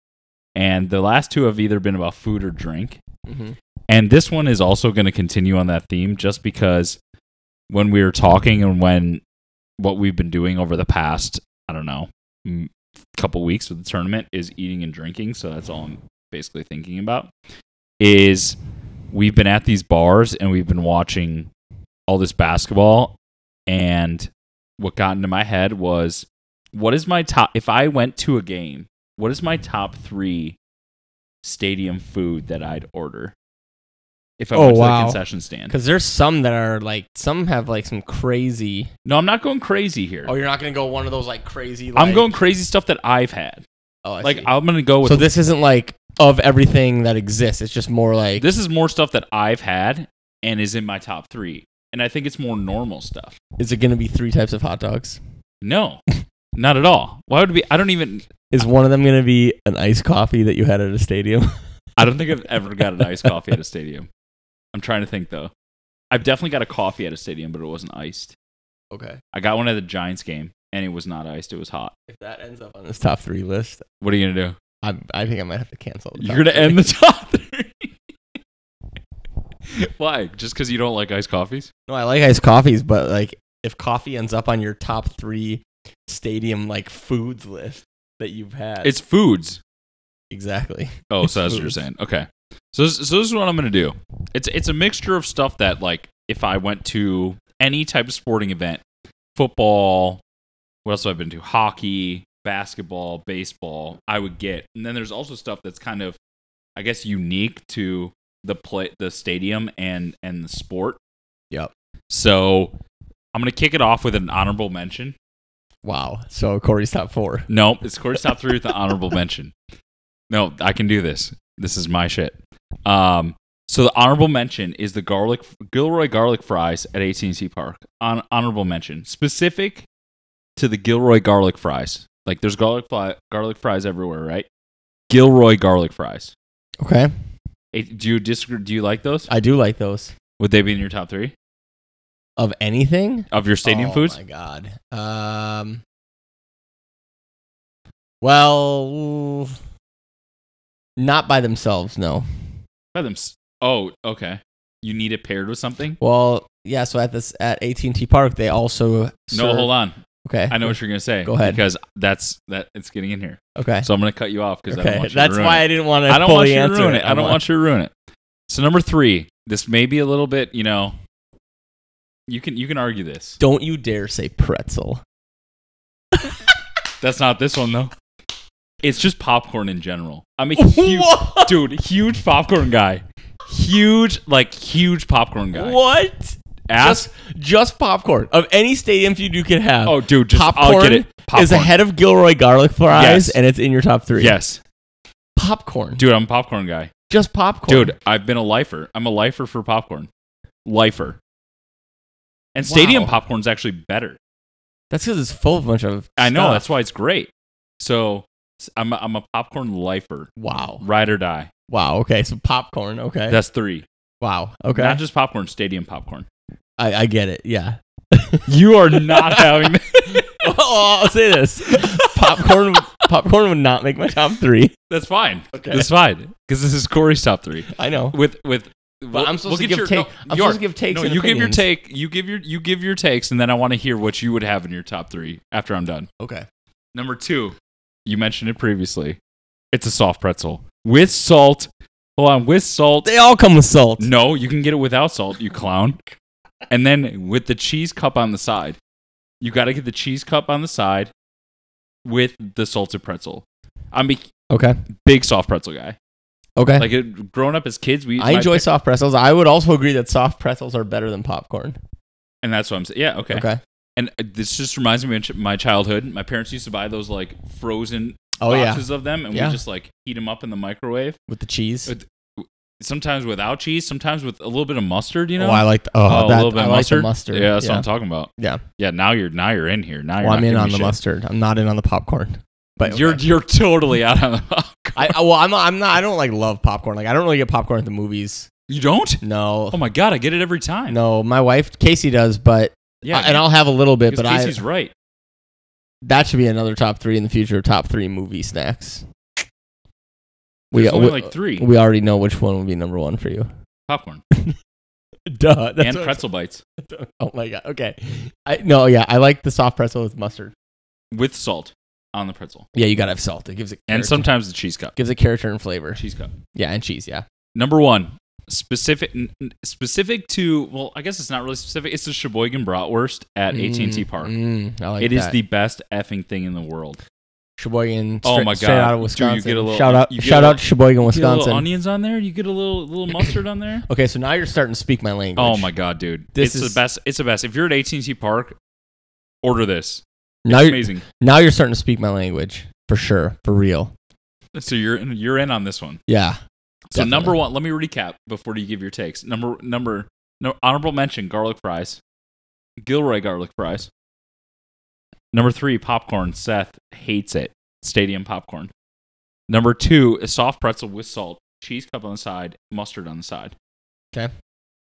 Speaker 5: and the last two have either been about food or drink, and this one is also going to continue on that theme, just because when we were talking and when what we've been doing over the past, I don't know, m- couple weeks with the tournament is eating and drinking. So that's all I'm basically thinking about. Is we've been at these bars and we've been watching all this basketball and what got into my head was what is my top if i went to a game what is my top three stadium food that i'd order if i
Speaker 4: Oh,
Speaker 5: went to
Speaker 4: wow.
Speaker 5: the concession stand
Speaker 4: Because there's some that are like some have like some crazy.
Speaker 5: no i'm not going crazy here
Speaker 4: Oh, you're not gonna go one of those like crazy.
Speaker 5: i'm
Speaker 4: like-
Speaker 5: going crazy stuff that i've had
Speaker 4: Oh, I
Speaker 5: like
Speaker 4: see.
Speaker 5: i'm gonna go with
Speaker 4: so this isn't like of everything that exists. It's just more like
Speaker 5: this is more stuff that i've had and is in my top three and i think it's more normal stuff
Speaker 4: Is it gonna be three types of hot dogs?
Speaker 5: no not at all why would it be i don't even
Speaker 4: Is one of them gonna be an iced coffee that you had at a stadium?
Speaker 5: I don't think I've ever got an iced coffee at a stadium. I'm trying to think though. I've definitely got a coffee at a stadium, but it wasn't iced.
Speaker 4: okay.
Speaker 5: I got one at the Giants game, and it was not iced. It was hot.
Speaker 4: If that ends up on this top three list,
Speaker 5: What are you gonna do?
Speaker 4: I I think I might have to cancel. The
Speaker 5: You're gonna end the top three. Why? Just because you don't like iced coffees?
Speaker 4: No, I like iced coffees, but like if coffee ends up on your top three stadium like foods list that you've had,
Speaker 5: It's foods.
Speaker 4: exactly.
Speaker 5: Oh, so
Speaker 4: It's
Speaker 5: that's what you're
Speaker 4: foods.
Speaker 5: saying. Okay. So this, so this is what I'm gonna do. It's it's a mixture of stuff that like if I went to any type of sporting event, football, what else have I been to? Hockey, basketball, baseball, I would get. And then there's also stuff that's kind of I guess unique to the play the stadium and and the sport.
Speaker 4: Yep.
Speaker 5: So I'm gonna kick it off with an honorable mention.
Speaker 4: Wow. So Corey's top four.
Speaker 5: Nope, it's Corey's top three with the honorable mention. No, I can do this. This is my shit. Um, so the honorable mention is the garlic Gilroy garlic fries at AT&T Park. On honorable mention, specific to the Gilroy garlic fries. Like there's garlic fry, garlic fries everywhere, right? Gilroy garlic fries.
Speaker 4: Okay.
Speaker 5: Eh, Do you disagree? Do you like those?
Speaker 4: I do like those.
Speaker 5: Would they be in your top three
Speaker 4: Of anything?
Speaker 5: of your stadium
Speaker 4: oh,
Speaker 5: foods?
Speaker 4: my god. Um Well not by themselves, no.
Speaker 5: By them. Oh, okay. You need it paired with something.
Speaker 4: Well, yeah, so at this at AT&T Park they also
Speaker 5: No,
Speaker 4: serve-
Speaker 5: hold on.
Speaker 4: Okay.
Speaker 5: I know what you're gonna say.
Speaker 4: Go ahead.
Speaker 5: because that's that it's getting in here.
Speaker 4: Okay.
Speaker 5: So I'm gonna cut you off because I don't
Speaker 4: okay.
Speaker 5: want you
Speaker 4: That's
Speaker 5: to ruin
Speaker 4: why
Speaker 5: it.
Speaker 4: I didn't want to
Speaker 5: I don't
Speaker 4: fully
Speaker 5: want you to
Speaker 4: answer
Speaker 5: ruin
Speaker 4: it.
Speaker 5: it. I don't want you to ruin it. So number three, this may be a little bit, you know, you can you can argue this.
Speaker 4: Don't you dare say pretzel.
Speaker 5: That's not this one though. It's just popcorn in general. I'm a huge
Speaker 4: What?
Speaker 5: dude, huge popcorn guy. Huge, like huge popcorn guy.
Speaker 4: What?
Speaker 5: Ask
Speaker 4: Just just popcorn of any stadium food you can have.
Speaker 5: Oh dude, just
Speaker 4: popcorn
Speaker 5: I'll get it. Popcorn.
Speaker 4: is ahead of Gilroy garlic fries,
Speaker 5: Yes.
Speaker 4: and it's in your top three.
Speaker 5: Yes.
Speaker 4: popcorn,
Speaker 5: Dude, I'm a popcorn guy.
Speaker 4: just popcorn,
Speaker 5: Dude, I've been a lifer. I'm a lifer for popcorn. Lifer. And stadium
Speaker 4: Wow.
Speaker 5: popcorn's actually better.
Speaker 4: That's because it's full of a bunch of.
Speaker 5: I know
Speaker 4: stuff.
Speaker 5: that's why it's great. So I'm a, I'm a popcorn lifer,
Speaker 4: Wow.
Speaker 5: ride or die.
Speaker 4: Wow. Okay. So popcorn. Okay.
Speaker 5: That's three.
Speaker 4: wow. Okay.
Speaker 5: Not just popcorn, stadium popcorn.
Speaker 4: I, I get it. Yeah.
Speaker 5: You are not having that.
Speaker 4: oh, I'll say this: popcorn, popcorn would not make my top three.
Speaker 5: That's fine.
Speaker 4: Okay.
Speaker 5: That's fine because this is Corey's top three
Speaker 4: I know,
Speaker 5: with with.
Speaker 4: but I'm supposed to give take. I'm supposed to give takes.
Speaker 5: No,
Speaker 4: and
Speaker 5: you give your
Speaker 4: opinions.
Speaker 5: take. You give your you give your takes, and then I want to hear what you would have in your top three after I'm done.
Speaker 4: Okay.
Speaker 5: Number two, you mentioned it previously. It's a soft pretzel with salt. Hold on, with salt.
Speaker 4: They all come with salt.
Speaker 5: No, you can get it without salt, you clown. And then with the cheese cup on the side, you got to get the cheese cup on the side with the salted pretzel. I'm a
Speaker 4: Okay.
Speaker 5: big soft pretzel guy.
Speaker 4: Okay.
Speaker 5: Like it, growing up as kids, we
Speaker 4: I
Speaker 5: my
Speaker 4: enjoy
Speaker 5: pa-
Speaker 4: soft pretzels. I would also agree that soft pretzels are better than popcorn.
Speaker 5: and that's what I'm saying. Yeah, okay.
Speaker 4: Okay.
Speaker 5: And uh, this just reminds me of ch- my childhood. My parents used to buy those like frozen
Speaker 4: Oh yeah,
Speaker 5: boxes of them, and
Speaker 4: Yeah.
Speaker 5: we just like heat them up in the microwave.
Speaker 4: with the cheese.
Speaker 5: Uh, Sometimes without cheese, sometimes with a little bit of mustard. You know,
Speaker 4: oh, I like. Oh,
Speaker 5: Oh,
Speaker 4: that,
Speaker 5: a little bit
Speaker 4: I
Speaker 5: of
Speaker 4: like
Speaker 5: mustard.
Speaker 4: the mustard.
Speaker 5: Yeah, that's what I'm talking about.
Speaker 4: Yeah.
Speaker 5: yeah. Now you're now you're in here. Now you're
Speaker 4: Well,
Speaker 5: not
Speaker 4: I'm in
Speaker 5: giving
Speaker 4: on
Speaker 5: me
Speaker 4: the
Speaker 5: shit.
Speaker 4: mustard. I'm not in on the popcorn. But
Speaker 5: You're
Speaker 4: okay.
Speaker 5: you're totally out on the. oh,
Speaker 4: I I- well, I'm I'm not. I don't like love popcorn. Like I don't really get popcorn at the movies.
Speaker 5: you don't?
Speaker 4: No,
Speaker 5: Oh my god, I get it every time.
Speaker 4: no. My wife Casey does, but
Speaker 5: yeah,
Speaker 4: and I'll have a little bit.
Speaker 5: because
Speaker 4: But I
Speaker 5: Casey's right.
Speaker 4: That should be another top three in the future. Top three movie snacks.
Speaker 5: There's
Speaker 4: We,
Speaker 5: only
Speaker 4: we,
Speaker 5: like three
Speaker 4: we already know which one would be number one for you.
Speaker 5: popcorn
Speaker 4: Duh. That's
Speaker 5: and
Speaker 4: what-
Speaker 5: pretzel bites
Speaker 4: Oh my god. Okay. I no. Yeah, I like the soft pretzel with mustard.
Speaker 5: with salt on the pretzel,
Speaker 4: Yeah, you gotta have salt. It gives it
Speaker 5: and
Speaker 4: character-
Speaker 5: sometimes the cheese cup.
Speaker 4: gives it character and flavor.
Speaker 5: Cheese cup.
Speaker 4: Yeah, and cheese. Yeah.
Speaker 5: Number one, specific n- n- specific to well, I guess it's not really specific. It's the Sheboygan bratwurst at AT and T
Speaker 4: Mm,
Speaker 5: Park.
Speaker 4: mm, I like
Speaker 5: it is
Speaker 4: that.
Speaker 5: the best effing thing in the world.
Speaker 4: Sheboygan.
Speaker 5: Oh
Speaker 4: stra-
Speaker 5: my
Speaker 4: Straight
Speaker 5: God.
Speaker 4: out of
Speaker 5: Drew, you
Speaker 4: Wisconsin.
Speaker 5: get a little-
Speaker 4: shout out.
Speaker 5: you get a
Speaker 4: Shout
Speaker 5: little-
Speaker 4: out Sheboygan,
Speaker 5: You get a little
Speaker 4: Wisconsin.
Speaker 5: onions on there. You get a little little mustard on there.
Speaker 4: Okay, so now you're starting to speak my language.
Speaker 5: Oh my god, dude!
Speaker 4: This
Speaker 5: it's
Speaker 4: is-
Speaker 5: the best. It's the best. If you're at AT&T Park, order this.
Speaker 4: Now
Speaker 5: It's
Speaker 4: you're,
Speaker 5: amazing.
Speaker 4: now you're starting to speak my language for sure, for real.
Speaker 5: So you're in, you're in on this one.
Speaker 4: Yeah.
Speaker 5: So
Speaker 4: Definitely.
Speaker 5: number one, let me recap before you give your takes. Number number no honorable mention: garlic fries, Gilroy garlic fries. Number three, popcorn. Seth hates it. Stadium popcorn. Number two, a soft pretzel with salt, cheese cup on the side, mustard on the side.
Speaker 4: Okay.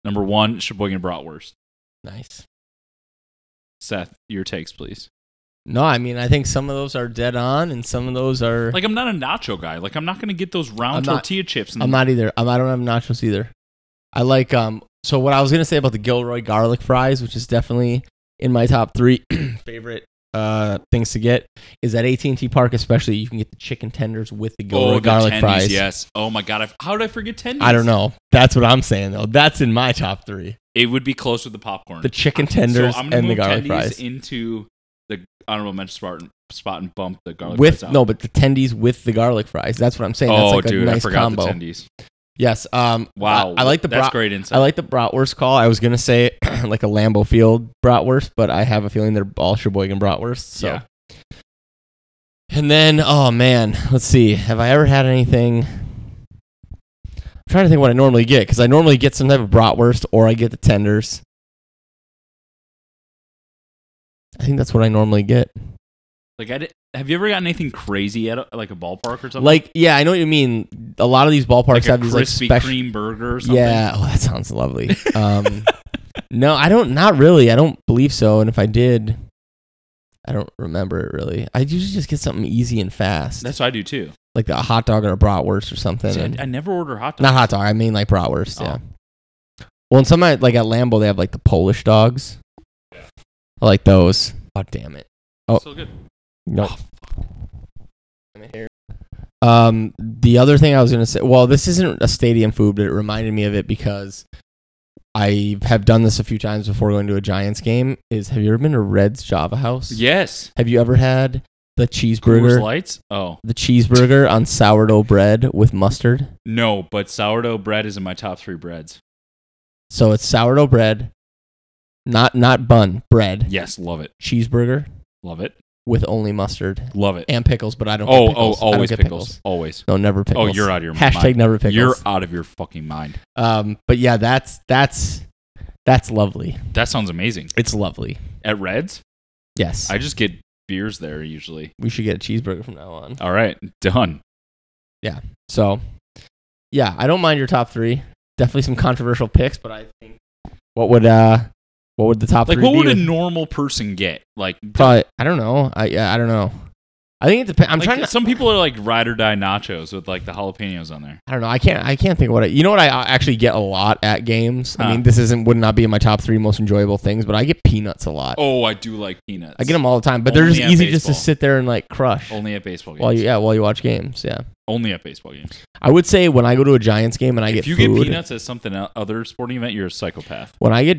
Speaker 5: Number one, Sheboygan bratwurst.
Speaker 4: Nice.
Speaker 5: Seth, your takes, please.
Speaker 4: No, I mean I think some of those are dead on, and some of those are.
Speaker 5: Like I'm not a nacho guy. Like I'm not gonna get those round
Speaker 4: I'm not-
Speaker 5: tortilla chips. And
Speaker 4: I'm not either. I'm, I don't have nachos either. I like um. So what I was gonna say about the Gilroy garlic fries, which is definitely in my top three favorite uh things to get, is at AT and T Park especially. You can get the chicken tenders with the Gilroy
Speaker 5: oh, the
Speaker 4: garlic
Speaker 5: tendies,
Speaker 4: fries.
Speaker 5: Yes. Oh my god. I, how did I forget tendies?
Speaker 4: I don't know. That's what I'm saying though. That's in my top three:
Speaker 5: It would be close with the popcorn.
Speaker 4: the chicken tenders
Speaker 5: so I'm gonna
Speaker 4: and the
Speaker 5: move
Speaker 4: garlic
Speaker 5: tendies
Speaker 4: fries.
Speaker 5: into the honorable mention spot and, spot and bump the garlic
Speaker 4: with
Speaker 5: fries out.
Speaker 4: no, but the tendies with the garlic fries. That's what I'm saying. That's
Speaker 5: oh,
Speaker 4: like a
Speaker 5: dude,
Speaker 4: nice
Speaker 5: I forgot
Speaker 4: combo.
Speaker 5: the tendies.
Speaker 4: Yes. Um.
Speaker 5: Wow.
Speaker 4: I, I like the
Speaker 5: That's
Speaker 4: bra-
Speaker 5: great
Speaker 4: I
Speaker 5: insight.
Speaker 4: like the bratwurst call. I was gonna say like a Lambeau Field bratwurst, but I have a feeling they're all Sheboygan bratwurst. So.
Speaker 5: Yeah.
Speaker 4: And then, oh man, let's see. Have I ever had anything? I'm trying to think what I normally get because I normally get some type of bratwurst or I get the tenders. I think that's what I normally get.
Speaker 5: Like, I did, have you ever gotten anything crazy at a, like a ballpark or something?
Speaker 4: Like, yeah, I know what you mean. A lot of these ballparks
Speaker 5: like a
Speaker 4: have these like
Speaker 5: Krispy
Speaker 4: special.
Speaker 5: Kreme burger or something?
Speaker 4: Yeah. Oh, that sounds lovely. Um, no, I don't. Not really. I don't believe so. And if I did, I don't remember it really. I usually just get something easy and fast,
Speaker 5: That's what I do too.
Speaker 4: like a hot dog or a bratwurst or something.
Speaker 5: See, I,
Speaker 4: and-
Speaker 5: I never order hot dogs.
Speaker 4: not hot dog. I mean like bratwurst.
Speaker 5: Oh.
Speaker 4: Yeah. Well, and some at- like at Lambo they have like the Polish dogs. I like those. Oh damn it. oh.
Speaker 5: So good.
Speaker 4: No.
Speaker 5: Oh,
Speaker 4: Um, the other thing I was gonna say, well, this isn't a stadium food, but it reminded me of it because I have done this a few times before going to a Giants game. Is have you ever been to Red's Java House?
Speaker 5: Yes.
Speaker 4: Have you ever had the
Speaker 5: Coors
Speaker 4: cheeseburger,
Speaker 5: Lights. Oh
Speaker 4: the cheeseburger on sourdough bread with mustard?
Speaker 5: no, but sourdough bread is in my top three breads.
Speaker 4: So it's sourdough bread, not not bun, bread
Speaker 5: Yes, love it,
Speaker 4: cheeseburger
Speaker 5: love it,
Speaker 4: with only mustard
Speaker 5: love it.
Speaker 4: and pickles, but I don't. get
Speaker 5: Oh, oh,
Speaker 4: pickles. I don't
Speaker 5: always
Speaker 4: get
Speaker 5: pickles. always.
Speaker 4: No, never pickles.
Speaker 5: Oh, you're out of your
Speaker 4: Hashtag
Speaker 5: mind.
Speaker 4: never pickles.
Speaker 5: You're out of your fucking mind.
Speaker 4: Um, but yeah, that's that's that's lovely.
Speaker 5: That sounds amazing.
Speaker 4: It's lovely.
Speaker 5: At Reds,
Speaker 4: Yes.
Speaker 5: I just get beers there usually.
Speaker 4: We should get a cheeseburger from now on.
Speaker 5: All right, done.
Speaker 4: So, yeah, I don't mind your top three. Definitely some controversial picks, but I think what would uh what would the top
Speaker 5: Like,
Speaker 4: three
Speaker 5: what
Speaker 4: be
Speaker 5: would a
Speaker 4: with-
Speaker 5: normal person get? Like,
Speaker 4: probably I don't know. I yeah, I don't know. I think it depends. I'm
Speaker 5: like,
Speaker 4: trying to.
Speaker 5: Some people are like ride or die nachos with like the jalapenos on there.
Speaker 4: I don't know. I can't. I can't think of what. I, you know what? I uh, actually get a lot at games. I
Speaker 5: Huh.
Speaker 4: mean, this isn't would not be in my top three most enjoyable things, but I get peanuts a lot.
Speaker 5: Oh, I do like peanuts.
Speaker 4: I get them all the time, but they're
Speaker 5: Only
Speaker 4: just
Speaker 5: at
Speaker 4: easy just to
Speaker 5: baseball.
Speaker 4: sit there and like crush
Speaker 5: only at baseball games.
Speaker 4: while you yeah while you watch games. Yeah,
Speaker 5: Only at baseball games.
Speaker 4: I would say when I go to a Giants game and I
Speaker 5: If
Speaker 4: get
Speaker 5: you
Speaker 4: food,
Speaker 5: get peanuts at something el- other sporting event, you're a psychopath.
Speaker 4: when I get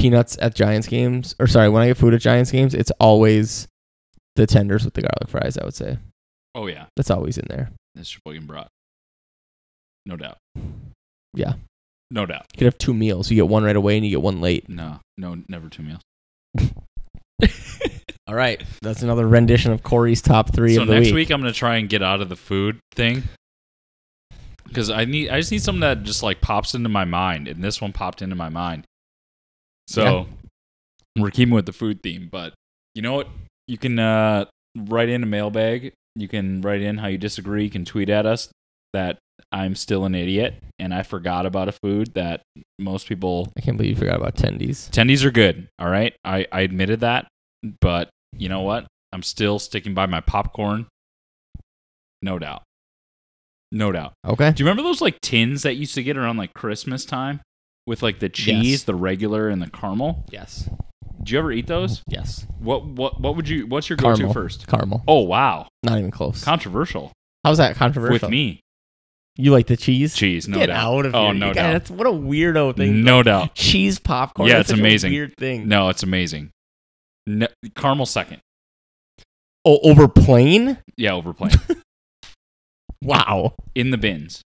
Speaker 4: peanuts at Giants games, or sorry, when I get food at Giants games, it's always the tenders with the garlic fries. I would say
Speaker 5: Oh yeah,
Speaker 4: that's always in there.
Speaker 5: that's Sheboygan brought. No doubt.
Speaker 4: Yeah.
Speaker 5: No doubt.
Speaker 4: You could have two meals. You get one right away and you get one late.
Speaker 5: No. No. Never two meals.
Speaker 4: All right, that's another rendition of Corey's top three
Speaker 5: so
Speaker 4: of the
Speaker 5: next
Speaker 4: week.
Speaker 5: week I'm gonna try and get out of the food thing because I need I just need something that just like pops into my mind, and this one popped into my mind. So we're keeping with the food theme, but you know what? You can uh, write in a mailbag. You can write in how you disagree. You can tweet at us that I'm still an idiot and I forgot about a food that most people
Speaker 4: I can't believe you forgot about tendies.
Speaker 5: Tendies are good. All right. I, I admitted that, but you know what? I'm still sticking by my popcorn. No doubt. No doubt.
Speaker 4: Okay.
Speaker 5: Do you remember those like tins that used to get around like Christmas time with like the cheese,
Speaker 4: Yes.
Speaker 5: the regular, and the caramel?
Speaker 4: Yes.
Speaker 5: Did you ever eat those?
Speaker 4: Yes.
Speaker 5: What what what would you what's your go to
Speaker 4: Caramel
Speaker 5: first?
Speaker 4: Caramel.
Speaker 5: Oh wow.
Speaker 4: Not even close.
Speaker 5: Controversial.
Speaker 4: How's that controversial?
Speaker 5: With me.
Speaker 4: You like the cheese?
Speaker 5: Cheese, no
Speaker 4: Get
Speaker 5: doubt.
Speaker 4: out of
Speaker 5: oh
Speaker 4: here.
Speaker 5: no
Speaker 4: You guys,
Speaker 5: doubt.
Speaker 4: that's what a weirdo thing.
Speaker 5: No doubt.
Speaker 4: Cheese popcorn.
Speaker 5: Yeah,
Speaker 4: That's
Speaker 5: it's
Speaker 4: such a
Speaker 5: amazing.
Speaker 4: weird thing.
Speaker 5: No, it's amazing. No, caramel second.
Speaker 4: Oh, over plain?
Speaker 5: Yeah, overplaying.
Speaker 4: Wow.
Speaker 5: In the bins.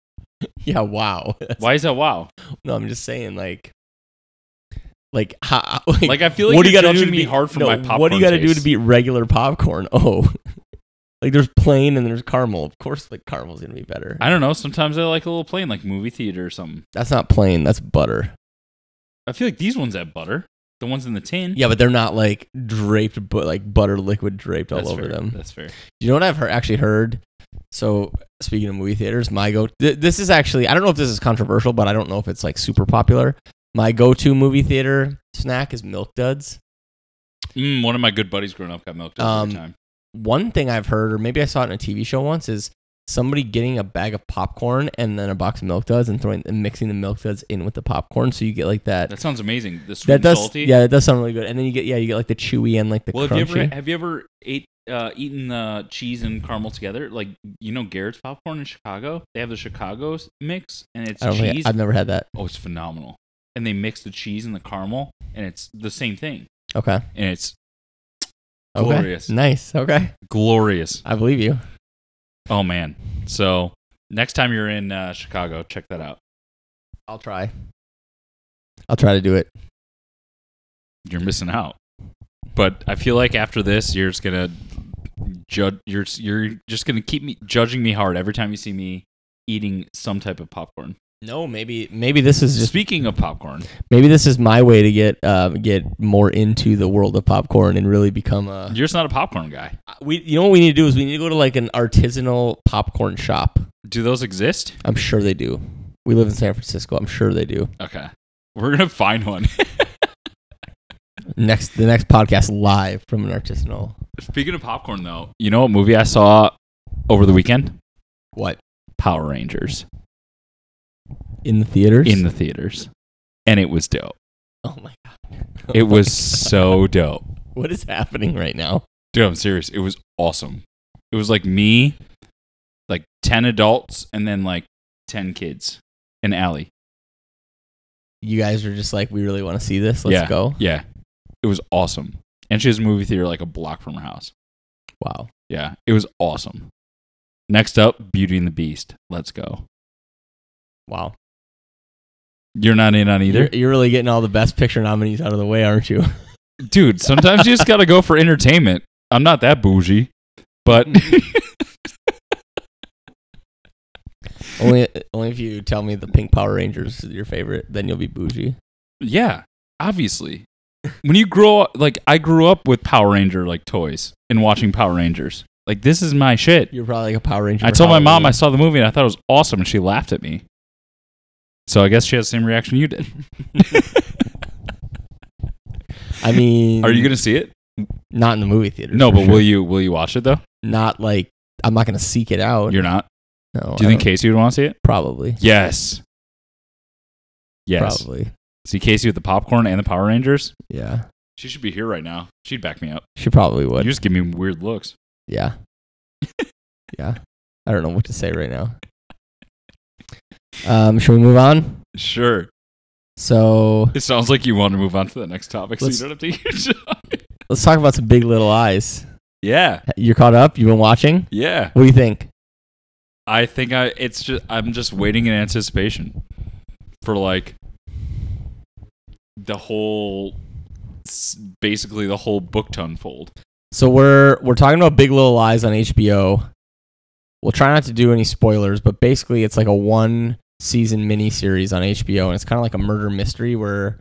Speaker 4: Yeah, wow.
Speaker 5: Why is that wow?
Speaker 4: no, I'm just saying, like, like, how, like,
Speaker 5: Like I feel like
Speaker 4: what do you
Speaker 5: got
Speaker 4: gotta
Speaker 5: to
Speaker 4: do to
Speaker 5: me
Speaker 4: be
Speaker 5: hard for
Speaker 4: no,
Speaker 5: my popcorn.
Speaker 4: What do you gotta do to
Speaker 5: taste.
Speaker 4: be regular popcorn? Oh, like there's plain and there's caramel. Of course, like caramel's gonna be better.
Speaker 5: I don't know. Sometimes I like a little plain, like movie theater or something.
Speaker 4: that's not plain. That's butter.
Speaker 5: I feel like these ones have butter. The ones in the tin.
Speaker 4: Yeah, but they're not like draped, but like butter liquid draped all
Speaker 5: That's
Speaker 4: over
Speaker 5: fair.
Speaker 4: them.
Speaker 5: That's fair.
Speaker 4: You know what I've heard, actually heard? So speaking of movie theaters, my go th- this is actually I don't know if this is controversial, but I don't know if it's like super popular. My go-to movie theater snack is Milk Duds.
Speaker 5: Mm, one of my good buddies growing up got milk duds
Speaker 4: Um,
Speaker 5: every time.
Speaker 4: One thing I've heard, or maybe I saw it in a TV show once, is somebody getting a bag of popcorn and then a box of Milk Duds and throwing and mixing the Milk Duds in with the popcorn, so you get like that.
Speaker 5: That sounds amazing. The sweet
Speaker 4: that
Speaker 5: and
Speaker 4: does,
Speaker 5: salty.
Speaker 4: yeah, that does sound really good. And then you get, yeah, you get like the chewy and like the
Speaker 5: Well, have
Speaker 4: crunchy.
Speaker 5: you ever have you ever ate uh, eaten the cheese and caramel together? Like you know Garrett's popcorn in Chicago. They have the Chicago s- mix, and it's
Speaker 4: I don't think
Speaker 5: cheese.
Speaker 4: I've never had that.
Speaker 5: oh, it's phenomenal. And they mix the cheese and the caramel, and it's the same thing,
Speaker 4: Okay.
Speaker 5: and it's
Speaker 4: Okay.
Speaker 5: Glorious.
Speaker 4: Nice. Okay.
Speaker 5: glorious.
Speaker 4: I believe you.
Speaker 5: Oh man. So next time you're in uh, Chicago, check that out.
Speaker 4: I'll try. I'll try to do it.
Speaker 5: You're missing out. But I feel like after this, you're just gonna judge. You're you're just gonna keep me judging me hard every time you see me eating some type of popcorn.
Speaker 4: No, maybe maybe this is just
Speaker 5: Speaking of popcorn,
Speaker 4: maybe this is my way to get uh, get more into the world of popcorn and really become a.
Speaker 5: you're just not a popcorn guy.
Speaker 4: We you know what we need to do is we need to go to like an artisanal popcorn shop.
Speaker 5: Do those exist?
Speaker 4: I'm sure they do. We live in San Francisco. I'm sure they do.
Speaker 5: Okay, we're gonna find one.
Speaker 4: Next the next podcast live from an artisanal.
Speaker 5: Speaking of popcorn, though, you know what movie I saw over the weekend?
Speaker 4: What
Speaker 5: Power Rangers
Speaker 4: in the theaters?
Speaker 5: in the theaters, and it was dope.
Speaker 4: oh my god! Oh
Speaker 5: It
Speaker 4: my
Speaker 5: was
Speaker 4: God.
Speaker 5: so dope.
Speaker 4: What is happening right now?
Speaker 5: Dude, I'm serious. It was awesome. It was like me, like 10 adults, and then like 10 kids in alley.
Speaker 4: You guys are just like we really want to see this. Let's go!
Speaker 5: Yeah. It was awesome. And she has a movie theater like a block from her house.
Speaker 4: Wow.
Speaker 5: Yeah. It was awesome. Next up, Beauty and the Beast. Let's go.
Speaker 4: Wow.
Speaker 5: You're not in on either?
Speaker 4: You're, you're really getting all the best picture nominees out of the way, aren't you?
Speaker 5: Dude, sometimes you just got to go for entertainment. I'm not that bougie, but
Speaker 4: only, only if you tell me the Pink Power Rangers is your favorite, then you'll be bougie.
Speaker 5: yeah, obviously. when you grow up, like I grew up with Power Ranger like toys and watching Power Rangers. Like this is my shit.
Speaker 4: You're probably like a Power Ranger.
Speaker 5: I
Speaker 4: for
Speaker 5: told my mom I
Speaker 4: Halloween.
Speaker 5: saw the movie and I thought it was awesome, and she laughed at me. So I guess she has the same reaction you did.
Speaker 4: I mean,
Speaker 5: Are you gonna see it?
Speaker 4: not in the movie theater?
Speaker 5: No, but will you will you watch it though?
Speaker 4: not like I'm not gonna seek it out.
Speaker 5: You're not.
Speaker 4: no,
Speaker 5: Do you
Speaker 4: I
Speaker 5: think
Speaker 4: don't-
Speaker 5: Casey would want to see it?
Speaker 4: probably?
Speaker 5: Yes. Yes.
Speaker 4: Probably.
Speaker 5: See Casey with the popcorn and the Power Rangers.
Speaker 4: Yeah,
Speaker 5: She should be here right now. She'd back me up.
Speaker 4: she probably would.
Speaker 5: You just give me weird looks.
Speaker 4: Yeah. yeah. I don't know what to say right now. Um, should we move on?
Speaker 5: Sure.
Speaker 4: So
Speaker 5: It sounds like you want to move on to the next topic,
Speaker 4: Let's-
Speaker 5: so you don't have to. use it.
Speaker 4: let's talk about some Big Little Eyes.
Speaker 5: yeah.
Speaker 4: You're caught up. You've been watching.
Speaker 5: Yeah.
Speaker 4: What do you think?
Speaker 5: I think I. It's just I'm just waiting in anticipation for like the whole, s- basically the whole book to unfold.
Speaker 4: So we're we're talking about Big Little Lies on HBO. We'll try not to do any spoilers, but basically it's like a one season mini series on HBO and it's kind of like a murder mystery where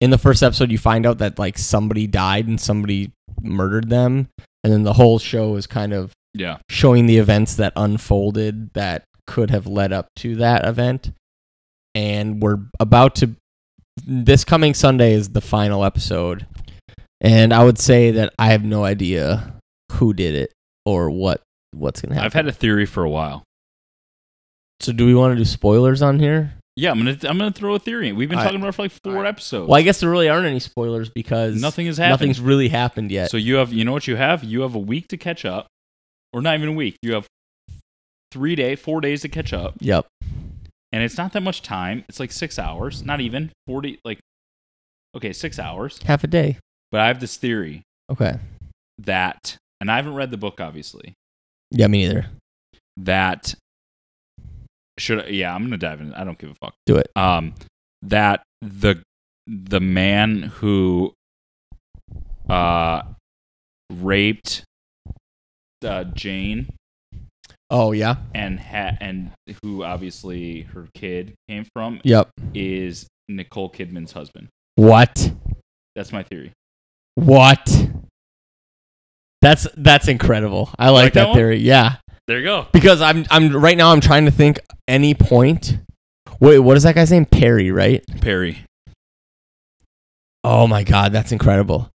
Speaker 4: in the first episode you find out that like somebody died and somebody murdered them and then the whole show is kind of
Speaker 5: Yeah.
Speaker 4: showing the events that unfolded that could have led up to that event. And we're about to this coming Sunday is the final episode. And I would say that I have no idea who did it or what what's going to happen.
Speaker 5: I've had a theory for a while.
Speaker 4: so do we want to do spoilers on here?
Speaker 5: Yeah, I'm gonna I'm gonna throw a theory. in. We've been
Speaker 4: All right.
Speaker 5: talking about it for like four
Speaker 4: All right.
Speaker 5: episodes.
Speaker 4: Well, I guess there really aren't any spoilers because
Speaker 5: nothing has happened.
Speaker 4: nothing's really happened yet.
Speaker 5: So you have you know what you have? You have a week to catch up, or not even a week. You have three day, four days to catch up,
Speaker 4: yep.
Speaker 5: and it's not that much time. It's like six hours, not even forty. Like okay, six hours.
Speaker 4: Half a day.
Speaker 5: But I have this theory
Speaker 4: Okay.
Speaker 5: that, and I haven't read the book obviously.
Speaker 4: Yeah, me neither.
Speaker 5: That should I, yeah, I'm gonna dive in. I don't give a fuck.
Speaker 4: Do it.
Speaker 5: Um, that the the man who uh raped uh, Jane
Speaker 4: Oh, yeah.
Speaker 5: and ha- and who obviously her kid came from
Speaker 4: Yep.
Speaker 5: is Nicole Kidman's husband.
Speaker 4: What?
Speaker 5: That's my theory.
Speaker 4: What? That's that's incredible. I like,
Speaker 5: like that
Speaker 4: that,
Speaker 5: one?
Speaker 4: theory. Yeah,
Speaker 5: There you go.
Speaker 4: because I'm I'm right now I'm trying to think any point. Wait, what is that guy's name? Perry, right?
Speaker 5: Perry.
Speaker 4: Oh my god, that's incredible.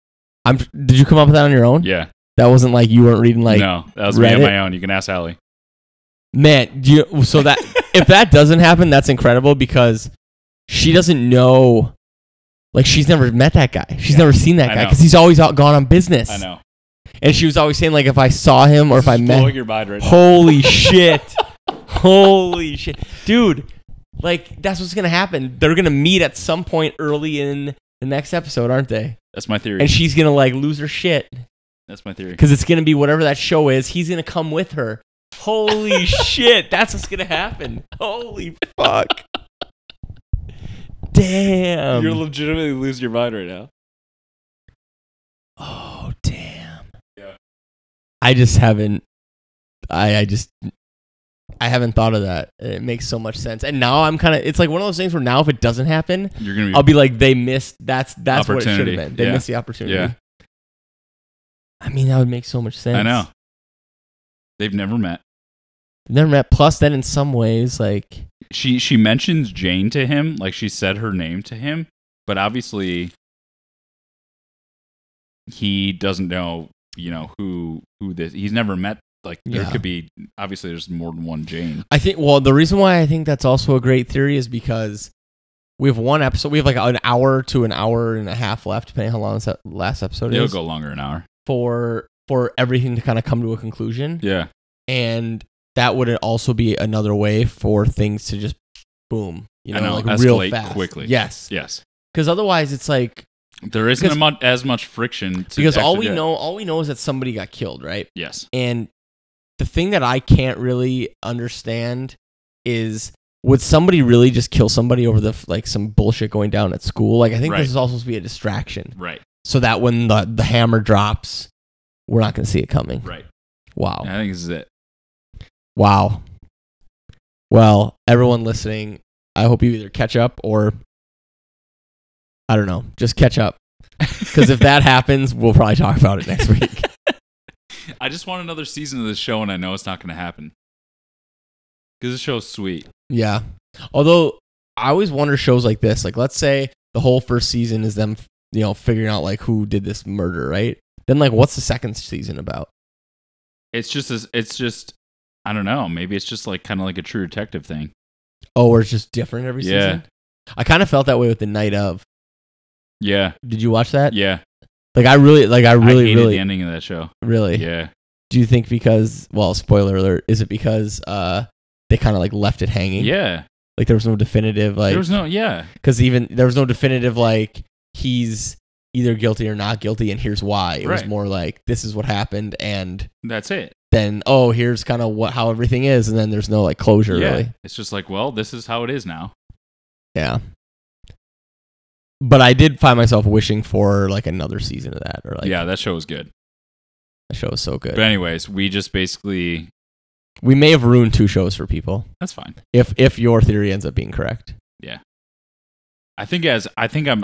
Speaker 4: I'm. Did you come up with that on your own?
Speaker 5: Yeah.
Speaker 4: That wasn't like you weren't reading like
Speaker 5: no, that was me on
Speaker 4: Reddit?
Speaker 5: my own. You can ask Allie.
Speaker 4: man. do You, so that if that doesn't happen, that's incredible because she doesn't know. Like she's never met that guy. She's never seen that
Speaker 5: I
Speaker 4: guy
Speaker 5: know.
Speaker 4: because he's always out gone on business.
Speaker 5: I know.
Speaker 4: And she was always saying like if I saw him or if I met
Speaker 5: Blowing your mind right now.
Speaker 4: Holy shit. Holy shit. Dude, like that's what's going to happen. They're going to meet at some point early in the next episode, aren't they?
Speaker 5: That's my theory.
Speaker 4: And she's going to like lose her shit
Speaker 5: That's my theory.
Speaker 4: cuz it's going to be whatever that show is. He's going to come with her. Holy shit. That's what's going to happen. Holy fuck. Damn.
Speaker 5: You're legitimately losing your mind right now.
Speaker 4: oh, damn.
Speaker 5: Yeah.
Speaker 4: I just haven't I I just I haven't thought of that. It makes so much sense. And now I'm kind of it's like one of those things where now if it doesn't happen,
Speaker 5: You're gonna be.
Speaker 4: I'll be like they missed that's that's what it should
Speaker 5: Opportunity.
Speaker 4: have been. They
Speaker 5: Yeah.
Speaker 4: missed the opportunity.
Speaker 5: Yeah.
Speaker 4: I mean, that would make so much sense.
Speaker 5: I know. They've never met.
Speaker 4: Never met. Plus, then in some ways, like
Speaker 5: She she mentions Jane to him, like she said her name to him, but obviously he doesn't know, you know, who who this. He's never met. Like there
Speaker 4: Yeah.
Speaker 5: could be obviously there's more than one Jane.
Speaker 4: I think. Well, the reason why I think that's also a great theory is because we have one episode. We have like an hour to an hour and a half left, depending how long this e- last episode
Speaker 5: It'll
Speaker 4: is
Speaker 5: go longer an hour.
Speaker 4: for for everything to kind of come to a conclusion.
Speaker 5: Yeah,
Speaker 4: and that would also be another way for things to just boom, you
Speaker 5: I
Speaker 4: know,
Speaker 5: know,
Speaker 4: like real
Speaker 5: escalate
Speaker 4: fast,
Speaker 5: quickly.
Speaker 4: Yes,
Speaker 5: yes.
Speaker 4: because otherwise it's like
Speaker 5: There isn't
Speaker 4: Because-
Speaker 5: a mu- as much friction to
Speaker 4: because all
Speaker 5: actually
Speaker 4: we
Speaker 5: do it.
Speaker 4: know, all we know is that somebody got killed, right?
Speaker 5: Yes,
Speaker 4: And the thing that I can't really understand is would somebody really just kill somebody over the f- like some bullshit going down at school? Like I think
Speaker 5: Right.
Speaker 4: this is all supposed to be a distraction,
Speaker 5: right,
Speaker 4: so that when the the hammer drops, we're not going to see it coming.
Speaker 5: right.
Speaker 4: Wow.
Speaker 5: I think this is it.
Speaker 4: Wow. Well, everyone listening, I hope you either catch up or I don't know, just catch up. Because if that happens, we'll probably talk about it next week.
Speaker 5: I just want another season of this show, and I know it's not going to happen. Because the show's sweet.
Speaker 4: Yeah. Although I always wonder shows like this, like let's say the whole first season is them, you know, figuring out like who did this murder, right? Then like what's the second season about?
Speaker 5: It's just, as- it's just, I don't know. Maybe it's just like kind of like a true detective thing.
Speaker 4: Oh, or it's just different every
Speaker 5: Yeah.
Speaker 4: season? I kind of felt that way with the night of.
Speaker 5: Yeah,
Speaker 4: Did you watch that?
Speaker 5: yeah.
Speaker 4: Like I really like I
Speaker 5: I
Speaker 4: really
Speaker 5: hated
Speaker 4: really
Speaker 5: the ending of that show.
Speaker 4: really
Speaker 5: Yeah,
Speaker 4: do you think because well, spoiler alert, is it because uh they kind of like left it hanging?
Speaker 5: yeah.
Speaker 4: Like there was no definitive like
Speaker 5: there was no, yeah,
Speaker 4: because even there was no definitive like he's either guilty or not guilty and here's why it was
Speaker 5: Right.
Speaker 4: more like this is what happened and
Speaker 5: that's it.
Speaker 4: then oh here's kind of what how everything is and then there's no like closure
Speaker 5: yeah,
Speaker 4: really
Speaker 5: it's just like, well, this is how it is now.
Speaker 4: yeah but i did find myself wishing for like another season of that or like
Speaker 5: yeah, that show was good.
Speaker 4: the show was so good
Speaker 5: But anyways, we just basically
Speaker 4: we may have ruined two shows for people
Speaker 5: that's fine.
Speaker 4: if if your theory ends up being correct
Speaker 5: I think as I think I'm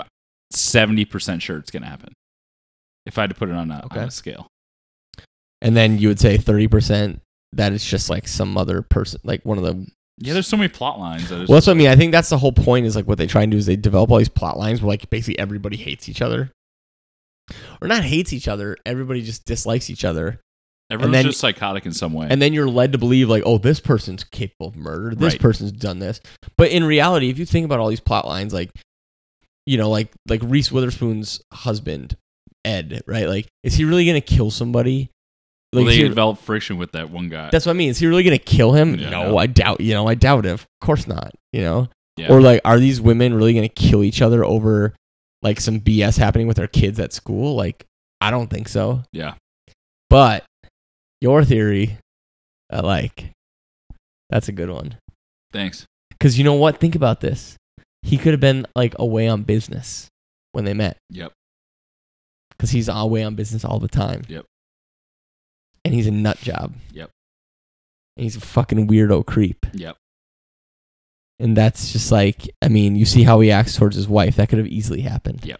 Speaker 5: seventy percent sure it's gonna happen. If I had to put it on a, on
Speaker 4: Okay.
Speaker 5: a scale,
Speaker 4: and then you would say 30% that it's just like some other person like one of the
Speaker 5: yeah, there's so many plot lines. That it's
Speaker 4: Well, that's
Speaker 5: just
Speaker 4: what I mean. I think that's the whole point. Is like what they try and do is they develop all these plot lines where like basically everybody hates each other, or not hates each other. Everybody just dislikes each other,
Speaker 5: everyone's
Speaker 4: then-
Speaker 5: just psychotic in some way.
Speaker 4: and then you're led to believe like, oh, this person's capable of murder. This
Speaker 5: Right.
Speaker 4: person's done this. But in reality, if you think about all these plot lines, like you know, like like Reese Witherspoon's husband Ed, right? Like, is he really gonna kill somebody?
Speaker 5: Well,
Speaker 4: Like, is
Speaker 5: they
Speaker 4: he-
Speaker 5: develop friction with that one guy.
Speaker 4: that's what I mean. Is he really gonna kill him?
Speaker 5: Yeah.
Speaker 4: No, I doubt. You know, I doubt it. Of course not. You know.
Speaker 5: yeah.
Speaker 4: Or like, are these women really going to kill each other over like some BS happening with their kids at school? Like, I don't think so.
Speaker 5: Yeah.
Speaker 4: But your theory, I like. That's a good one.
Speaker 5: Thanks.
Speaker 4: Because you know what? Think about this. He could have been like away on business when they met.
Speaker 5: Yep.
Speaker 4: Because he's away on business all the time.
Speaker 5: Yep.
Speaker 4: And he's a nut job.
Speaker 5: Yep.
Speaker 4: And he's a fucking weirdo creep.
Speaker 5: Yep.
Speaker 4: And that's just like, I mean, you see how he acts towards his wife. That could have easily happened.
Speaker 5: Yep.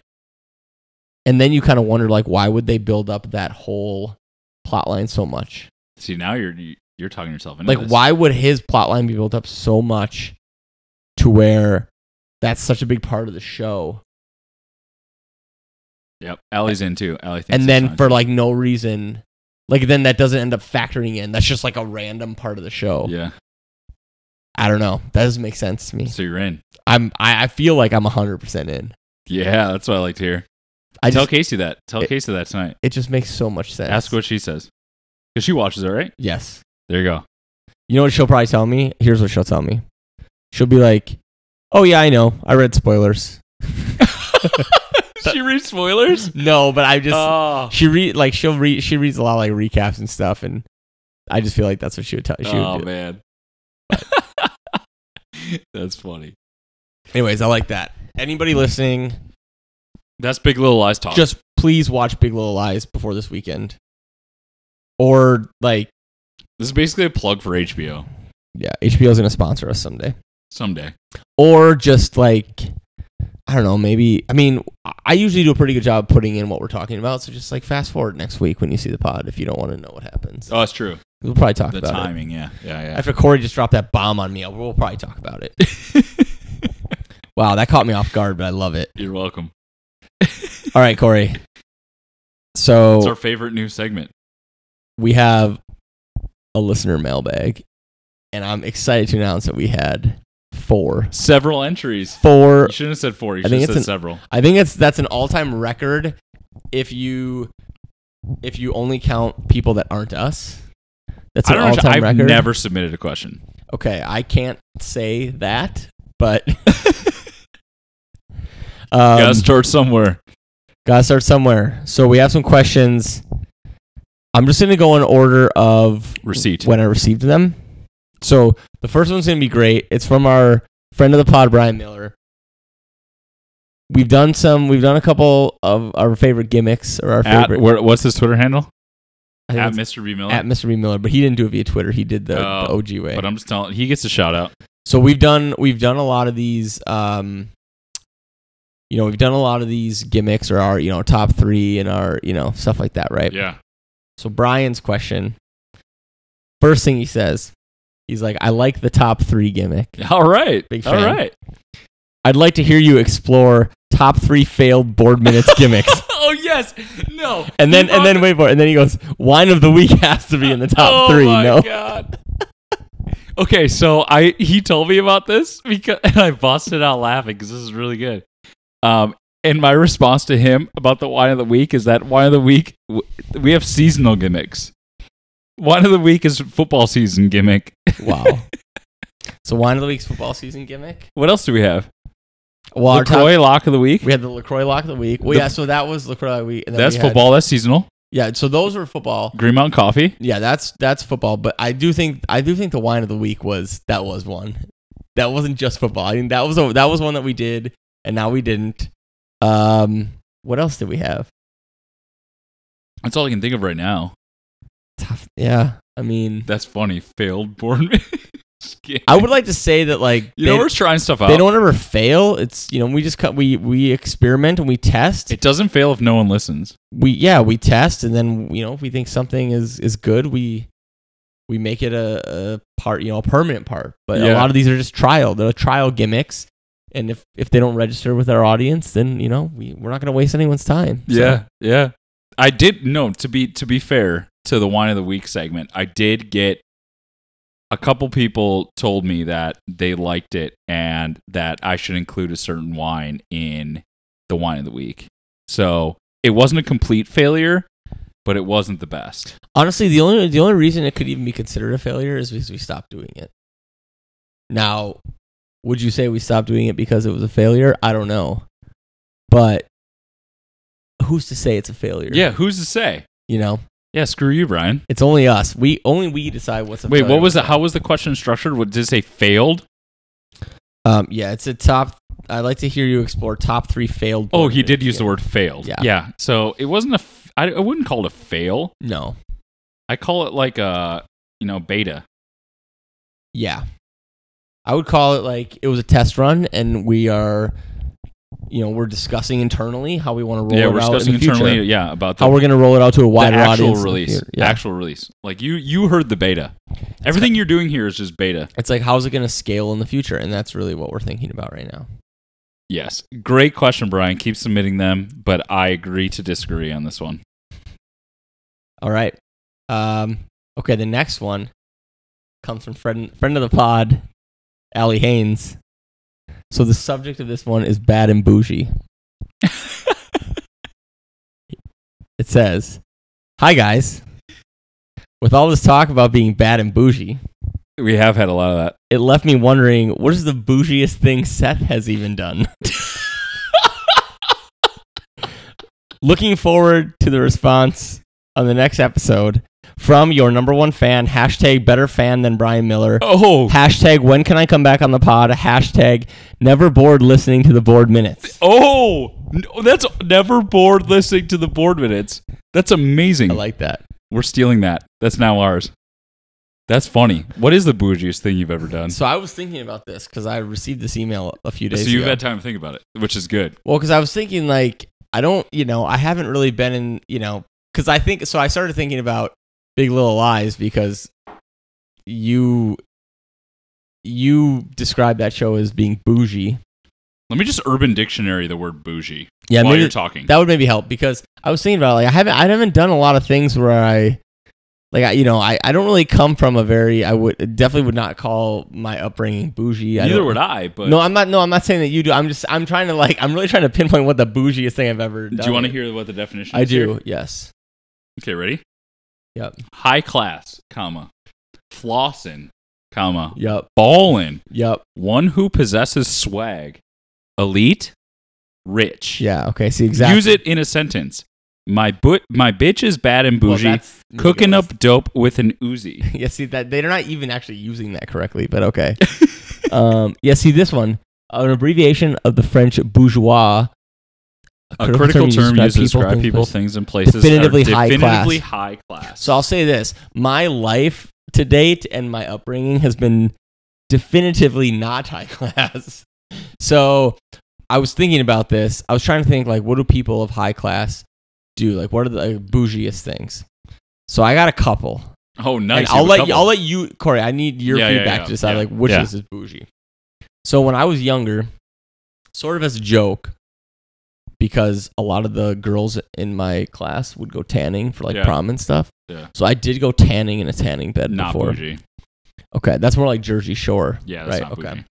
Speaker 4: And then you kind of wonder, like, why would they build up that whole plot line so much?
Speaker 5: See, now you're you- you're talking yourself into
Speaker 4: Like,
Speaker 5: this.
Speaker 4: why would his plot line be built up so much to where that's such a big part of the show?
Speaker 5: Yep. Allie's in too. Allie thinks
Speaker 4: and
Speaker 5: it's
Speaker 4: then
Speaker 5: fine.
Speaker 4: for like no reason, like, then that doesn't end up factoring in. That's just like a random part of the show.
Speaker 5: yeah,
Speaker 4: I don't know. That doesn't make sense to me.
Speaker 5: so you're in.
Speaker 4: I'm, I, I feel like I'm 100% in.
Speaker 5: Yeah, that's what I like to hear.
Speaker 4: I
Speaker 5: Tell
Speaker 4: just,
Speaker 5: Casey that. Tell
Speaker 4: It-
Speaker 5: Casey that tonight.
Speaker 4: it just makes so much sense.
Speaker 5: Ask what she says because she watches it, right?
Speaker 4: Yes.
Speaker 5: There you go.
Speaker 4: You know what she'll probably tell me? Here's what she'll tell me. She'll be like, "Oh yeah, I know. I read spoilers."
Speaker 5: she reads spoilers.
Speaker 4: No, but I just
Speaker 5: Oh,
Speaker 4: she read like she'll read she reads a lot of like recaps and stuff, and I just feel like that's what she would tell. She
Speaker 5: oh
Speaker 4: would do.
Speaker 5: man, that's funny.
Speaker 4: Anyways, I like that. Anybody listening,
Speaker 5: That's Big Little Lies talk.
Speaker 4: just please watch Big Little Lies before this weekend, or like
Speaker 5: this is basically a plug for HBO
Speaker 4: yeah, HBO's gonna sponsor us someday,
Speaker 5: someday.
Speaker 4: or just like. I don't know. Maybe I mean I- I usually do a pretty good job putting in what we're talking about. So just like fast forward next week when you see the pod if you don't want to know what happens.
Speaker 5: Oh, that's true.
Speaker 4: We'll probably talk
Speaker 5: The
Speaker 4: about it.
Speaker 5: timing, yeah, yeah,
Speaker 4: After Corey just dropped that bomb on me, we'll probably talk about it.
Speaker 5: yeah.
Speaker 4: Wow, that caught me off guard, but I love it.
Speaker 5: You're welcome.
Speaker 4: All right, Corey.
Speaker 5: It's
Speaker 4: So
Speaker 5: our favorite new segment.
Speaker 4: we have a listener mailbag, and I'm excited to announce that we had four.
Speaker 5: Several entries.
Speaker 4: Four.
Speaker 5: You shouldn't have said four. You
Speaker 4: I
Speaker 5: should
Speaker 4: think
Speaker 5: have
Speaker 4: it's
Speaker 5: said
Speaker 4: an-
Speaker 5: several.
Speaker 4: I think it's that's an all-time record. If you if you only count people that aren't us, that's
Speaker 5: I
Speaker 4: an
Speaker 5: don't know.
Speaker 4: all-time
Speaker 5: I've
Speaker 4: record.
Speaker 5: never submitted a question.
Speaker 4: Okay, I can't say that, but. Um,
Speaker 5: Gotta start somewhere.
Speaker 4: Gotta start somewhere. So we have some questions. I'm just gonna go in order of
Speaker 5: Receipt.
Speaker 4: when I received them. So the first one's gonna be great. It's from our friend of the pod, Brian Miller. We've done some. We've done a couple of our favorite gimmicks or our
Speaker 5: At,
Speaker 4: favorite.
Speaker 5: where, what's his Twitter handle?
Speaker 4: I think
Speaker 5: At
Speaker 4: it's
Speaker 5: Mr. B Miller.
Speaker 4: at Mr. B Miller, but he didn't do it via Twitter. He did the,
Speaker 5: Oh,
Speaker 4: the OG way.
Speaker 5: but I'm just telling. He gets a shout out.
Speaker 4: So we've done we've done a lot of these um you know, we've done a lot of these gimmicks or our, you know, top three and our, you know, stuff like that, right?
Speaker 5: Yeah.
Speaker 4: So Brian's question. First thing he says, he's like, I like the top three gimmick.
Speaker 5: All right.
Speaker 4: Big
Speaker 5: All
Speaker 4: fan.
Speaker 5: right.
Speaker 4: I'd like to hear you explore top three failed board minutes gimmicks.
Speaker 5: oh yes. No.
Speaker 4: And then
Speaker 5: You
Speaker 4: and
Speaker 5: brought
Speaker 4: then
Speaker 5: the-
Speaker 4: wait for it. And then he goes, wine of the week has to be in the top three.
Speaker 5: three.
Speaker 4: no.
Speaker 5: Oh god. okay, so I he told me about this because and I busted out laughing because this is really good. Um, and my response to him about the wine of the week is that wine of the week w- we have seasonal gimmicks. Wine of the week is football season gimmick.
Speaker 4: Wow. so wine of the week's football season gimmick.
Speaker 5: What else do we have?
Speaker 4: Well, our top-
Speaker 5: LaCroix lock of the week.
Speaker 4: we had the Lacroix lock of the week. Well,
Speaker 5: The-
Speaker 4: yeah. So that was Lacroix week. and then
Speaker 5: That's
Speaker 4: we had-
Speaker 5: football. That's seasonal.
Speaker 4: Yeah. So those were football.
Speaker 5: Green Mountain Coffee.
Speaker 4: Yeah, that's that's football. But I do think I do think the wine of the week was that was one. That wasn't just football. I mean, that was a, that was one that we did, and now we didn't. Um, what else did we have?
Speaker 5: That's all I can think of right now.
Speaker 4: Tough. Yeah. I mean,
Speaker 5: That's funny. Failed Bournemouth.
Speaker 4: I would like to say that like
Speaker 5: You know,
Speaker 4: they-
Speaker 5: we're trying stuff out.
Speaker 4: they don't ever fail. It's you know we just cut we we experiment and we test.
Speaker 5: It doesn't fail if no one listens.
Speaker 4: we yeah we test and then you know if we think something is is good we we make it a, a part you know a permanent part. But a
Speaker 5: Yeah.
Speaker 4: lot of these are just trial. They're trial gimmicks. And if if they don't register with our audience, then you know we we're not going to waste anyone's time. So,
Speaker 5: yeah. I did no to be to be fair to the wine of the week segment. I did get a couple people told me that they liked it and that I should include a certain wine in the wine of the week. So it wasn't a complete failure, but it wasn't the best.
Speaker 4: honestly, the only the only reason it could even be considered a failure is because we stopped doing it. Now, would you say we stopped doing it because it was a failure? I don't know, but who's to say it's a failure?
Speaker 5: Yeah, who's to say?
Speaker 4: you know,
Speaker 5: Yeah, screw you, Brian.
Speaker 4: it's only us. We only we decide what's a
Speaker 5: Wait,
Speaker 4: failure.
Speaker 5: what was the how was the question structured? What did it say failed?
Speaker 4: Um, yeah, it's a top. I'd like to hear you explore top three failed.
Speaker 5: Oh,
Speaker 4: board
Speaker 5: he did
Speaker 4: games.
Speaker 5: use the
Speaker 4: Yeah.
Speaker 5: word failed.
Speaker 4: Yeah.
Speaker 5: Yeah. So it wasn't a. F- I, I wouldn't call it a fail.
Speaker 4: No.
Speaker 5: I call it like a you know beta.
Speaker 4: Yeah, I would call it like it was a test run, and we are, you know, we're discussing internally how we want to roll
Speaker 5: yeah,
Speaker 4: it
Speaker 5: we're
Speaker 4: out
Speaker 5: discussing
Speaker 4: in the
Speaker 5: internally.
Speaker 4: future.
Speaker 5: Yeah, about the,
Speaker 4: How we're going to roll it out to a
Speaker 5: the
Speaker 4: wider
Speaker 5: actual
Speaker 4: audience. in the
Speaker 5: release.
Speaker 4: future. Yeah.
Speaker 5: Actual release. Like you you heard the beta. Everything you're doing here is just beta.
Speaker 4: It's like how's it going to scale in the future, and that's really what we're thinking about right now.
Speaker 5: Yes. Great question, Brian. Keep submitting them, but I agree to disagree on this one.
Speaker 4: All right. Um. Okay. The next one comes from friend friend of the pod, Allie Haynes. So the subject of this one is bad and bougie. It says, "Hi guys. With all this talk about being bad and bougie,
Speaker 5: we have had a lot of that.
Speaker 4: it left me wondering what is the bougiest thing Seth has even done. Looking forward to the response on the next episode from your number one fan, hashtag better fan than Brian Miller,
Speaker 5: Oh,
Speaker 4: hashtag when can I come back on the pod, hashtag never bored listening to the board minutes.
Speaker 5: oh, no, that's never bored listening to the board minutes. That's amazing.
Speaker 4: I like that.
Speaker 5: We're stealing that. That's now ours. That's funny. What is the bougiest thing you've ever done?
Speaker 4: So I was thinking about this because I received this email a few days
Speaker 5: So you've
Speaker 4: ago.
Speaker 5: had time to think about it, which is good.
Speaker 4: Well, because I was thinking, like, I don't, you know, I haven't really been in, you know, because I think, so I started thinking about Big Little Lies because you, you described that show as being bougie.
Speaker 5: Let me just Urban Dictionary the word bougie
Speaker 4: Yeah,
Speaker 5: while
Speaker 4: maybe
Speaker 5: you're talking.
Speaker 4: that would maybe help because I was thinking about, like, I haven't, I haven't done a lot of things where I, like, I, you know, I, I don't really come from a very, I would definitely would not call my upbringing bougie. I
Speaker 5: Neither
Speaker 4: don't-
Speaker 5: would I, but
Speaker 4: No, I'm not. No, I'm not saying that you do. I'm just. I'm trying to like. I'm really trying to pinpoint what the bougiest thing I've ever done.
Speaker 5: do you want to
Speaker 4: is.
Speaker 5: hear what the definition
Speaker 4: I
Speaker 5: is?
Speaker 4: do.
Speaker 5: here?
Speaker 4: Yes.
Speaker 5: Okay, ready?
Speaker 4: Yep.
Speaker 5: High class, comma, flossing, comma,
Speaker 4: Yep.
Speaker 5: ballin,
Speaker 4: Yep.
Speaker 5: one who possesses swag, elite, rich.
Speaker 4: Yeah. Okay. See exactly.
Speaker 5: Use it in a sentence. My but my bitch is bad and
Speaker 4: Well,
Speaker 5: bougie,
Speaker 4: that's-
Speaker 5: cooking up dope with an Uzi.
Speaker 4: Yeah. See that they're not even actually using that correctly, but okay. um. Yeah. See this one. An abbreviation of the French bourgeois.
Speaker 5: A critical term used to describe people,
Speaker 4: things.
Speaker 5: things, and places that
Speaker 4: Definitively
Speaker 5: are
Speaker 4: high
Speaker 5: definitively high class.
Speaker 4: So I'll say this: my life to date and my upbringing has been definitively not high class. So I was thinking about this. I was trying to think like, what do people of high class do? Like, what are the like, bougiest things? So I got a couple.
Speaker 5: Oh, nice.
Speaker 4: And
Speaker 5: You
Speaker 4: I'll
Speaker 5: have a
Speaker 4: let
Speaker 5: couple.
Speaker 4: I'll let you, Corey. I need your
Speaker 5: Yeah, yeah,
Speaker 4: feedback
Speaker 5: yeah,
Speaker 4: to decide
Speaker 5: yeah.
Speaker 4: like which
Speaker 5: Yeah.
Speaker 4: of this is bougie. So when I was younger, sort of as a joke, because a lot of the girls in my class would go tanning for like
Speaker 5: Yeah.
Speaker 4: prom and stuff.
Speaker 5: Yeah.
Speaker 4: So I did go tanning in a tanning bed
Speaker 5: not
Speaker 4: before.
Speaker 5: bougie.
Speaker 4: Okay, that's more like Jersey Shore.
Speaker 5: Yeah, that's
Speaker 4: right.
Speaker 5: not bougie.
Speaker 4: okay.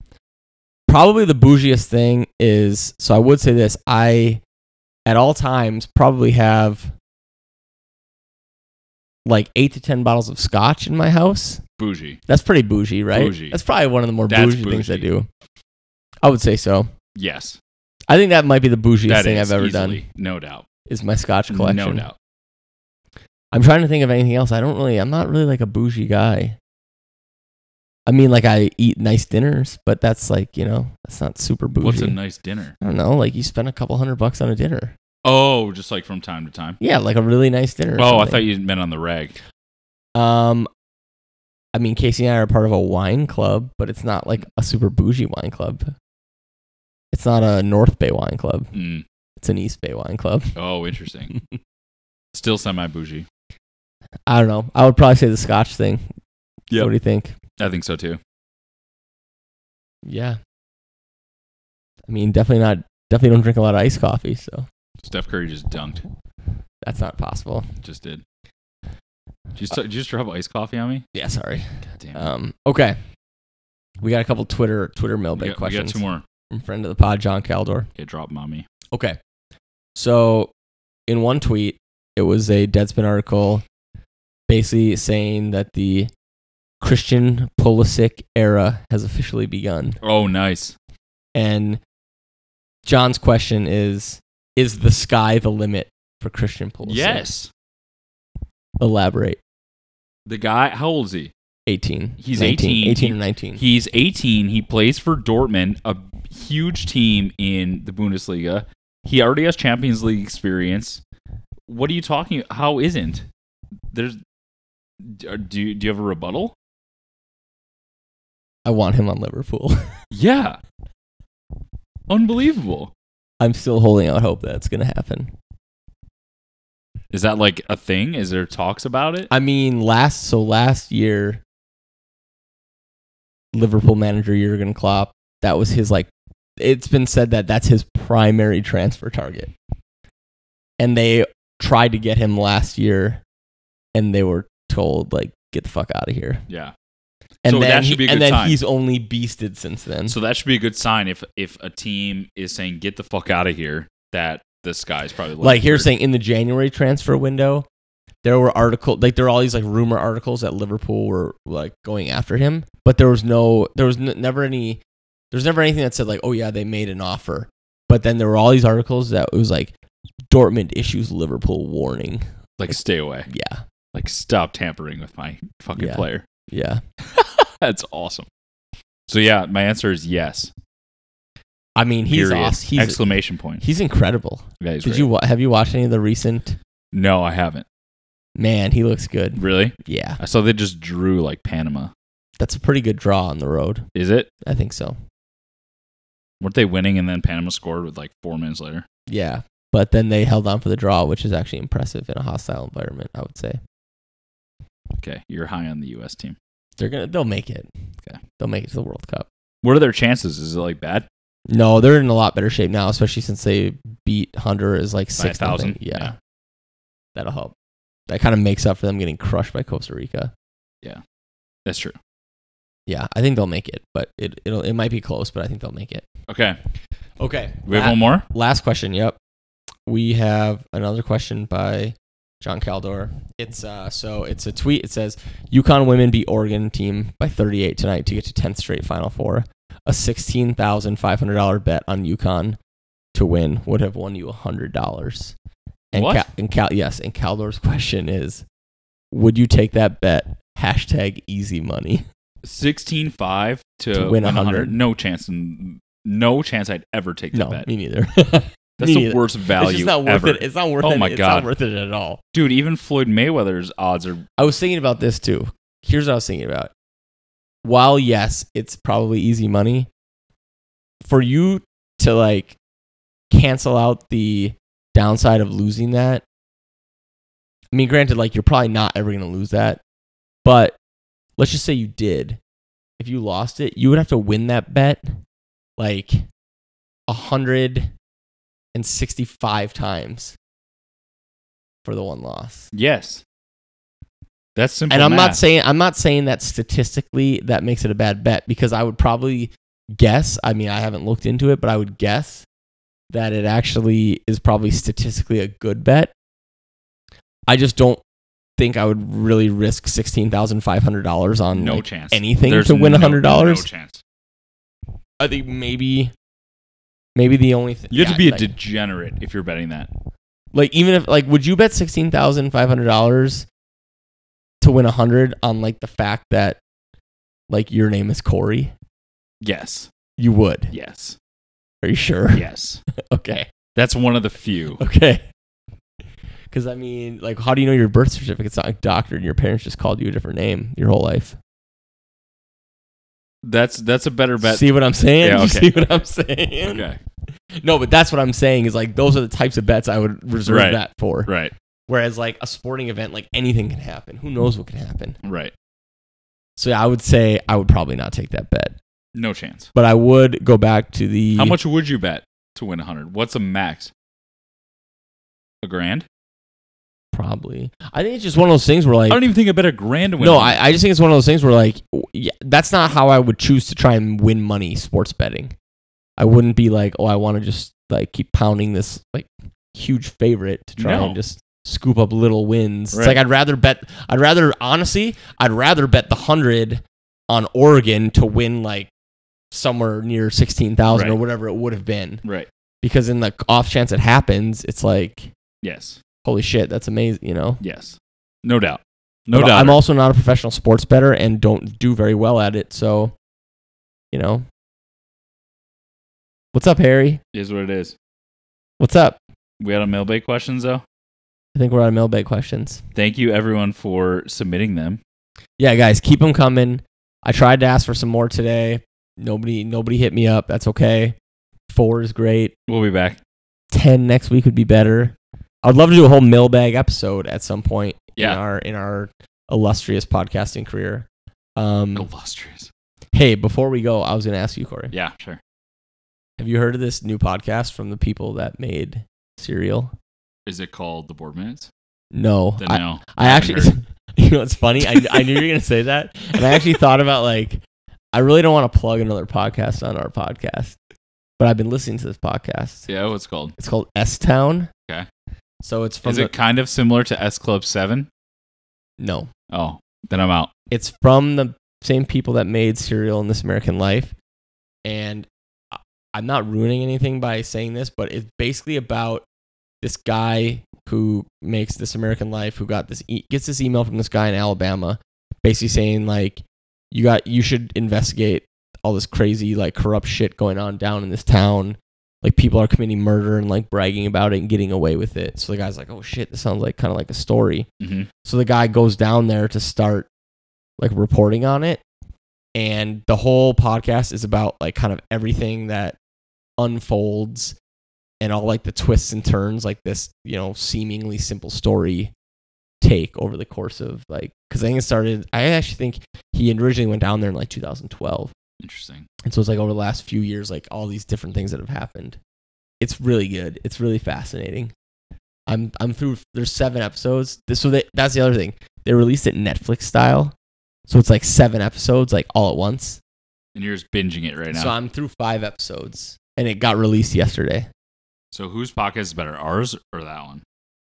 Speaker 4: Probably the bougiest thing is so I would say this I at all times probably have like eight to ten bottles of scotch in my house.
Speaker 5: Bougie.
Speaker 4: That's pretty bougie, right?
Speaker 5: Bougie.
Speaker 4: That's probably one of the more
Speaker 5: That's
Speaker 4: bougie, things I
Speaker 5: bougie.
Speaker 4: do. I would say so.
Speaker 5: Yes,
Speaker 4: I think that might be the bougiest
Speaker 5: that
Speaker 4: thing
Speaker 5: is
Speaker 4: I've ever
Speaker 5: easily,
Speaker 4: done
Speaker 5: No doubt.
Speaker 4: is my scotch collection.
Speaker 5: No doubt.
Speaker 4: I'm trying to think of anything else. I don't really I'm not really like a bougie guy. I mean like I eat nice dinners, but that's like, you know, that's not super bougie.
Speaker 5: What's a nice dinner?
Speaker 4: I don't know, like you spend a couple hundred bucks on a dinner.
Speaker 5: Oh, just like from time to time.
Speaker 4: Yeah, like a really nice dinner. or
Speaker 5: Oh, I
Speaker 4: something.
Speaker 5: thought you meant on the rag.
Speaker 4: Um, I mean, Casey and I are part of a wine club, but it's not like a super bougie wine club. It's not a North Bay wine club.
Speaker 5: Mm.
Speaker 4: It's an East Bay wine club.
Speaker 5: Oh, interesting. Still semi bougie.
Speaker 4: I don't know. I would probably say the Scotch thing.
Speaker 5: Yep.
Speaker 4: What do you think?
Speaker 5: I think so too.
Speaker 4: Yeah. I mean, definitely not. Definitely don't drink a lot of iced coffee, so
Speaker 5: Steph Curry just dunked.
Speaker 4: that's not possible.
Speaker 5: Just did. Did you, st- did you just drop iced coffee on me?
Speaker 4: Yeah, sorry.
Speaker 5: God damn. it.
Speaker 4: Um, okay. We got a couple Twitter Twitter
Speaker 5: we,
Speaker 4: mailbag
Speaker 5: got, we got
Speaker 4: questions
Speaker 5: two more.
Speaker 4: from friend of the pod, John Caldor.
Speaker 5: Yeah, drop 'em on me.
Speaker 4: Okay. So in one tweet, it was a Deadspin article basically saying that the Christian Pulisic era has officially begun.
Speaker 5: Oh, nice.
Speaker 4: And John's question is Is the sky the limit for Christian Pulisic?
Speaker 5: Yes.
Speaker 4: Elaborate.
Speaker 5: The guy, how old is he?
Speaker 4: 18.
Speaker 5: He's
Speaker 4: 19,
Speaker 5: 18.
Speaker 4: 18 or 19.
Speaker 5: He's 18. He plays for Dortmund, a huge team in the Bundesliga. He already has Champions League experience. What are you talking? How isn't there's? Do do you have a rebuttal?
Speaker 4: I want him on Liverpool.
Speaker 5: Yeah, unbelievable.
Speaker 4: I'm still holding out hope that's going to happen.
Speaker 5: Is that like a thing? Is there talks about it?
Speaker 4: I mean, last so last year, Liverpool manager Jurgen Klopp. That was his like. It's been said that that's his primary transfer target, and they tried to get him last year, and they were told like, "Get the fuck out of here."
Speaker 5: Yeah.
Speaker 4: And
Speaker 5: So that
Speaker 4: then
Speaker 5: should
Speaker 4: he-
Speaker 5: be a good
Speaker 4: and then
Speaker 5: sign. Mm-hmm.
Speaker 4: he's only beasted since then.
Speaker 5: So that should be a good sign if if a team is saying get the fuck out of here. That this guy's probably looking
Speaker 4: like here's
Speaker 5: for-
Speaker 4: the thing in the January transfer window, there were article like there were all these like rumor articles that Liverpool were like going after him, but there was no there was n- never any there was never anything that said like oh yeah they made an offer, but then there were all these articles that it was like Dortmund issues Liverpool warning.
Speaker 5: like stay away.
Speaker 4: Yeah,
Speaker 5: Like stop tampering with my fucking
Speaker 4: Yeah.
Speaker 5: player.
Speaker 4: yeah.
Speaker 5: That's awesome. So yeah, my answer is yes.
Speaker 4: I mean he's
Speaker 5: Period.
Speaker 4: awesome. He's
Speaker 5: Exclamation point.
Speaker 4: he's incredible.
Speaker 5: Yeah, he's
Speaker 4: Did
Speaker 5: great.
Speaker 4: you wa- have you watched any of the recent?
Speaker 5: No, I haven't.
Speaker 4: Man, he looks good.
Speaker 5: Really?
Speaker 4: Yeah,
Speaker 5: I saw they just drew like Panama.
Speaker 4: that's a pretty good draw on the road.
Speaker 5: Is it?
Speaker 4: I think so.
Speaker 5: Weren't they winning and then Panama scored with like four minutes later?
Speaker 4: Yeah. But then they held on for the draw, which is actually impressive in a hostile environment, I would say.
Speaker 5: Okay, you're high on the U.S. team.
Speaker 4: They're gonna they'll make it.
Speaker 5: Okay.
Speaker 4: They'll make it to the World Cup.
Speaker 5: What are their chances? Is it like bad?
Speaker 4: No, they're in a lot better shape now, especially since they beat Honduras like six thousand.
Speaker 5: 1,000?
Speaker 4: Yeah.
Speaker 5: Yeah.
Speaker 4: That'll help. That kind of makes up for them getting crushed by Costa Rica.
Speaker 5: That's true.
Speaker 4: Yeah, I think they'll make it, but it it'll it might be close, but I think they'll make it.
Speaker 5: Okay,
Speaker 4: Okay.
Speaker 5: we have
Speaker 4: la-
Speaker 5: one more.
Speaker 4: last question. Yep. We have another question by John Caldor. It's uh, so it's a tweet. It says Yukon women beat Oregon team by 38 tonight to get to 10th straight Final Four. A sixteen thousand five hundred dollar bet on Yukon to win would have won you hundred dollars. And
Speaker 5: What?
Speaker 4: Cal- and Cal yes, and Caldor's question is, would you take that bet? Hashtag easy money.
Speaker 5: Sixteen five to,
Speaker 4: To win
Speaker 5: win
Speaker 4: 100.
Speaker 5: 100. No chance. In, no chance I'd ever take that
Speaker 4: No,
Speaker 5: bet.
Speaker 4: me neither.
Speaker 5: That's
Speaker 4: me
Speaker 5: the
Speaker 4: neither.
Speaker 5: worst
Speaker 4: it's
Speaker 5: value
Speaker 4: just not worth
Speaker 5: ever.
Speaker 4: it. It's not worth
Speaker 5: Oh
Speaker 4: it.
Speaker 5: my
Speaker 4: it's not
Speaker 5: God.
Speaker 4: worth it at all.
Speaker 5: Dude, even Floyd Mayweather's odds are
Speaker 4: I was thinking about this too. Here's what I was thinking about. While yes, it's probably easy money for you to like cancel out the downside of losing that. I mean, granted, like you're probably not ever going to lose that, but let's just say you did. If you lost it, you would have to win that bet like 165 times for the one loss.
Speaker 5: Yes. That's simple.
Speaker 4: And I'm not
Speaker 5: math.
Speaker 4: saying I'm not saying that statistically that makes it a bad bet because I would probably guess, I mean I haven't looked into it, but I would guess that it actually is probably statistically a good bet. I just don't think I would really risk $16,500 on
Speaker 5: no
Speaker 4: like,
Speaker 5: chance.
Speaker 4: anything to win
Speaker 5: no-
Speaker 4: $100?
Speaker 5: No chance.
Speaker 4: I think maybe maybe the only thing
Speaker 5: You have to be a
Speaker 4: like,
Speaker 5: degenerate if you're betting that.
Speaker 4: like even if like would you bet sixteen thousand five hundred dollars to win a hundred on like the fact that like your name is Corey?
Speaker 5: Yes.
Speaker 4: You would.
Speaker 5: Yes.
Speaker 4: Are you sure?
Speaker 5: Yes.
Speaker 4: Okay.
Speaker 5: That's one of the few.
Speaker 4: Okay. Because I mean, like, how do you know your birth certificate's not a doctor and your parents just called you a different name your whole life?
Speaker 5: That's that's a better bet.
Speaker 4: See what I'm saying?
Speaker 5: Yeah,
Speaker 4: You
Speaker 5: okay.
Speaker 4: See what I'm saying?
Speaker 5: okay.
Speaker 4: No, but that's what I'm saying is like those are the types of bets I would reserve
Speaker 5: Right.
Speaker 4: that for.
Speaker 5: Right.
Speaker 4: Whereas like a sporting event, like anything can happen. Who knows what can happen?
Speaker 5: Right.
Speaker 4: So yeah, I would say I would probably not take that bet.
Speaker 5: No chance.
Speaker 4: but I would go back to the
Speaker 5: How much would you bet to win 100? What's a max? A grand?
Speaker 4: probably. I think it's just one of those things where like
Speaker 5: I don't even think I bet a grand to win.
Speaker 4: no,
Speaker 5: 100.
Speaker 4: I, I just think it's one of those things where like w- yeah, that's not how I would choose to try and win money sports betting. I wouldn't be like, oh, I want to just like keep pounding this like huge favorite to try
Speaker 5: No.
Speaker 4: and just scoop up little wins. It's
Speaker 5: Right.
Speaker 4: like I'd rather bet. I'd rather honestly, I'd rather bet the hundred on Oregon to win like somewhere near sixteen thousand or
Speaker 5: Right.
Speaker 4: whatever it would have been.
Speaker 5: Right.
Speaker 4: Because in the off chance it happens, it's like
Speaker 5: Yes.
Speaker 4: holy shit, that's amazing, you know?
Speaker 5: Yes. No doubt. No
Speaker 4: But
Speaker 5: doubt.
Speaker 4: I'm also not a professional sports better and don't do very well at it. So, you know. What's up, Harry?
Speaker 5: is what it is.
Speaker 4: What's up?
Speaker 5: We had a mailbag questions though.
Speaker 4: I think we're out of mailbag questions.
Speaker 5: Thank you everyone for submitting them.
Speaker 4: Yeah, guys, keep them coming. I tried to ask for some more today. Nobody, nobody hit me up. That's okay. Four is great.
Speaker 5: We'll be back.
Speaker 4: 10 next week would be better. I'd love to do a whole mailbag episode at some point
Speaker 5: Yeah.
Speaker 4: in our in our illustrious podcasting career. Um,
Speaker 5: Illustrious.
Speaker 4: hey, before we go, I was going to ask you, Corey.
Speaker 5: Yeah, sure.
Speaker 4: Have you heard of this new podcast from the people that made Serial?
Speaker 5: Is it called the board minutes?
Speaker 4: No,
Speaker 5: Then
Speaker 4: I,
Speaker 5: no.
Speaker 4: I
Speaker 5: haven't
Speaker 4: actually, you know, it's funny. I, I knew you were gonna say that, and I actually thought about like, I really don't want to plug another podcast on our podcast, but I've been listening to this podcast.
Speaker 5: Yeah, what's it called?
Speaker 4: It's called S Town.
Speaker 5: Okay.
Speaker 4: So it's from
Speaker 5: is
Speaker 4: the,
Speaker 5: it kind of similar to S Club 7?
Speaker 4: no,
Speaker 5: Oh, then I'm out.
Speaker 4: it's from the same people that made Serial and This American Life. And I- I'm not ruining anything by saying this, but it's basically about this guy who makes This American Life, who got this e- gets this email from this guy in Alabama, basically saying like, you got you should investigate all this crazy like corrupt shit going on down in this town. Like people are committing murder and like bragging about it and getting away with it. So the guy's like, oh shit, this sounds like kind of like a story.
Speaker 5: Mm-hmm.
Speaker 4: So the guy goes down there to start like reporting on it. And the whole podcast is about like kind of everything that unfolds and all like the twists and turns, like this, you know, seemingly simple story take over the course of like, because I think it started, I actually think he originally went down there in like 2012.
Speaker 5: Interesting.
Speaker 4: And so it's like over the last few years, like all these different things that have happened. It's really good. It's really fascinating. I'm I'm through. There's seven episodes. This- So they, that's the other thing. They released it Netflix style, so it's like seven episodes, like all at once.
Speaker 5: And you're just binging it right now.
Speaker 4: So
Speaker 5: So,
Speaker 4: I'm through five episodes, and it got released yesterday.
Speaker 5: whose podcast is better, ours or that one?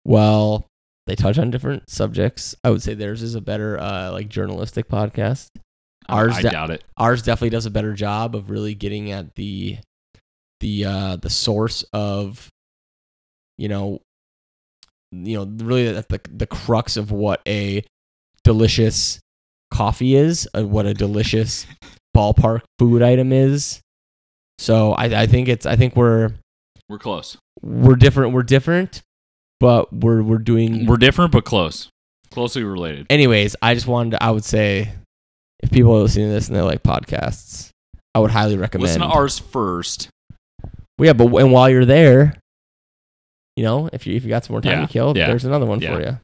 Speaker 4: Well, they touch on different subjects. I would say theirs is a better uh, like journalistic podcast. Ours
Speaker 5: I
Speaker 4: da-
Speaker 5: doubt it.
Speaker 4: ours definitely does a better job of really getting at the the uh the source of you know you know really at the the crux of what a delicious coffee is uh, what a delicious ballpark food item is so i i think it's i think we're
Speaker 5: We're close.
Speaker 4: we're different we're different but we're we're doing
Speaker 5: We're different but close. Closely related.
Speaker 4: anyways, I just wanted to, I would say if people are listening to this and they like podcasts, I would highly recommend
Speaker 5: Listen to ours first.
Speaker 4: Well, yeah, but w- and while you're there, you know, if you if you got some more time
Speaker 5: Yeah,
Speaker 4: to kill,
Speaker 5: yeah,
Speaker 4: there's another one
Speaker 5: yeah.
Speaker 4: for you.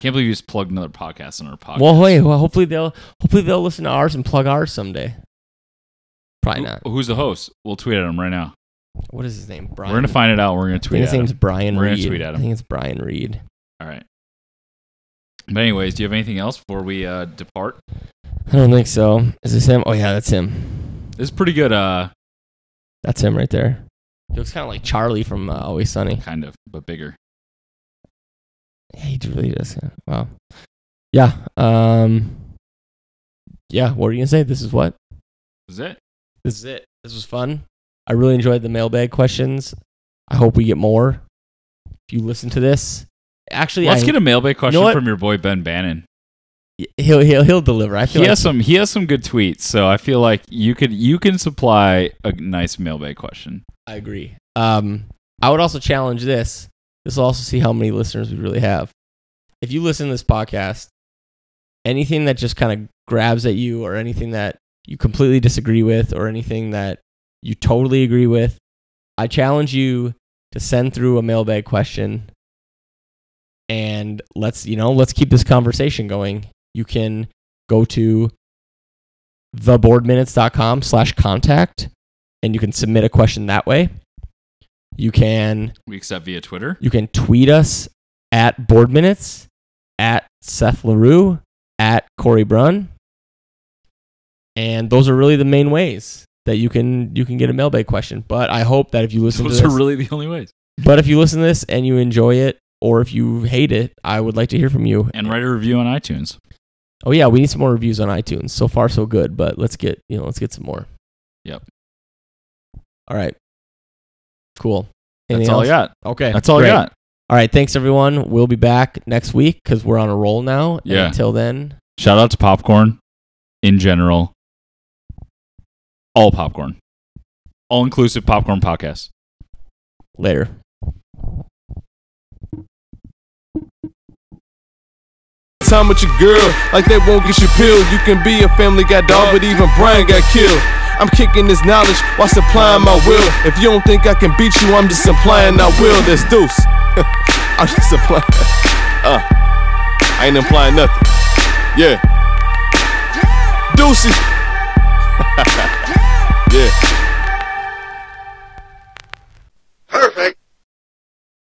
Speaker 5: Can't believe you just plugged another podcast in our podcast.
Speaker 4: Well, hey, well, hopefully they'll hopefully they'll listen to ours and plug ours someday. Probably
Speaker 5: Who-
Speaker 4: not.
Speaker 5: Who's the host? We'll tweet at him right now.
Speaker 4: What is his name? Brian.
Speaker 5: We're gonna find it out. We're gonna
Speaker 4: I think
Speaker 5: tweet
Speaker 4: his
Speaker 5: at him.
Speaker 4: name's Brian
Speaker 5: We're gonna
Speaker 4: Reed.
Speaker 5: tweet at him.
Speaker 4: I think it's Brian Reed.
Speaker 5: All right. But anyways, do you have anything else before we uh, depart?
Speaker 4: I don't think so. Is this him? Oh yeah, that's him.
Speaker 5: This is pretty good. Uh,
Speaker 4: That's him right there. He looks kind of like Charlie from uh, Always Sunny.
Speaker 5: kind of, but bigger.
Speaker 4: Yeah, he really does. yeah. Wow. Yeah. Um. Yeah. What are you gonna say? This is what.
Speaker 5: Is it?
Speaker 4: This is it. This was fun. I really enjoyed the mailbag questions. I hope we get more. If you listen to this, actually,
Speaker 5: Let's
Speaker 4: I-
Speaker 5: get a mailbag question
Speaker 4: what?
Speaker 5: from your boy Ben Bannon.
Speaker 4: he'll he'll he'll deliver. I
Speaker 5: He
Speaker 4: feel like
Speaker 5: has some. He has some good tweets, so I feel like you could you can supply a nice mailbag question.
Speaker 4: I agree. Um, I would also challenge this. This will also see how many listeners we really have. If you listen to this podcast, anything that just kind of grabs at you, or anything that you completely disagree with, or anything that you totally agree with, I challenge you to send through a mailbag question. And let's you know let's keep this conversation going. You can go to theboardminutes.com slash contact and you can submit a question that way. You can
Speaker 5: We accept via Twitter.
Speaker 4: you can tweet us at board minutes, at Seth LaRue, at Corey Brunn. And those are really the main ways that you can you can get a mailbag question. But I hope that if you listen
Speaker 5: Those
Speaker 4: to
Speaker 5: are
Speaker 4: this,
Speaker 5: really the only ways.
Speaker 4: but if you listen to this and you enjoy it or if you hate it, I would like to hear from you.
Speaker 5: And write a review on iTunes.
Speaker 4: Oh yeah, we need some more reviews on iTunes. So far so good, but let's get, you know, let's get some more.
Speaker 5: Yep.
Speaker 4: All right. Cool.
Speaker 5: That's
Speaker 4: Anything
Speaker 5: all I
Speaker 4: else?
Speaker 5: got.
Speaker 4: Okay.
Speaker 5: That's all
Speaker 4: great.
Speaker 5: I got.
Speaker 4: All right. Thanks, everyone. We'll be back next week because we're on a roll now. And
Speaker 5: Yeah.
Speaker 4: until then,
Speaker 5: Shout out to popcorn in general. All popcorn. All inclusive popcorn podcast.
Speaker 4: later.
Speaker 2: Time with your girl, like they won't get you peeled. You can be a family guy dog, but even Brian got killed. I'm kicking this knowledge while supplying my will. If you don't think I can beat you, I'm just implying I will. That's deuce. I'm just implying. Uh, I ain't implying nothing. Yeah. Deuces. yeah.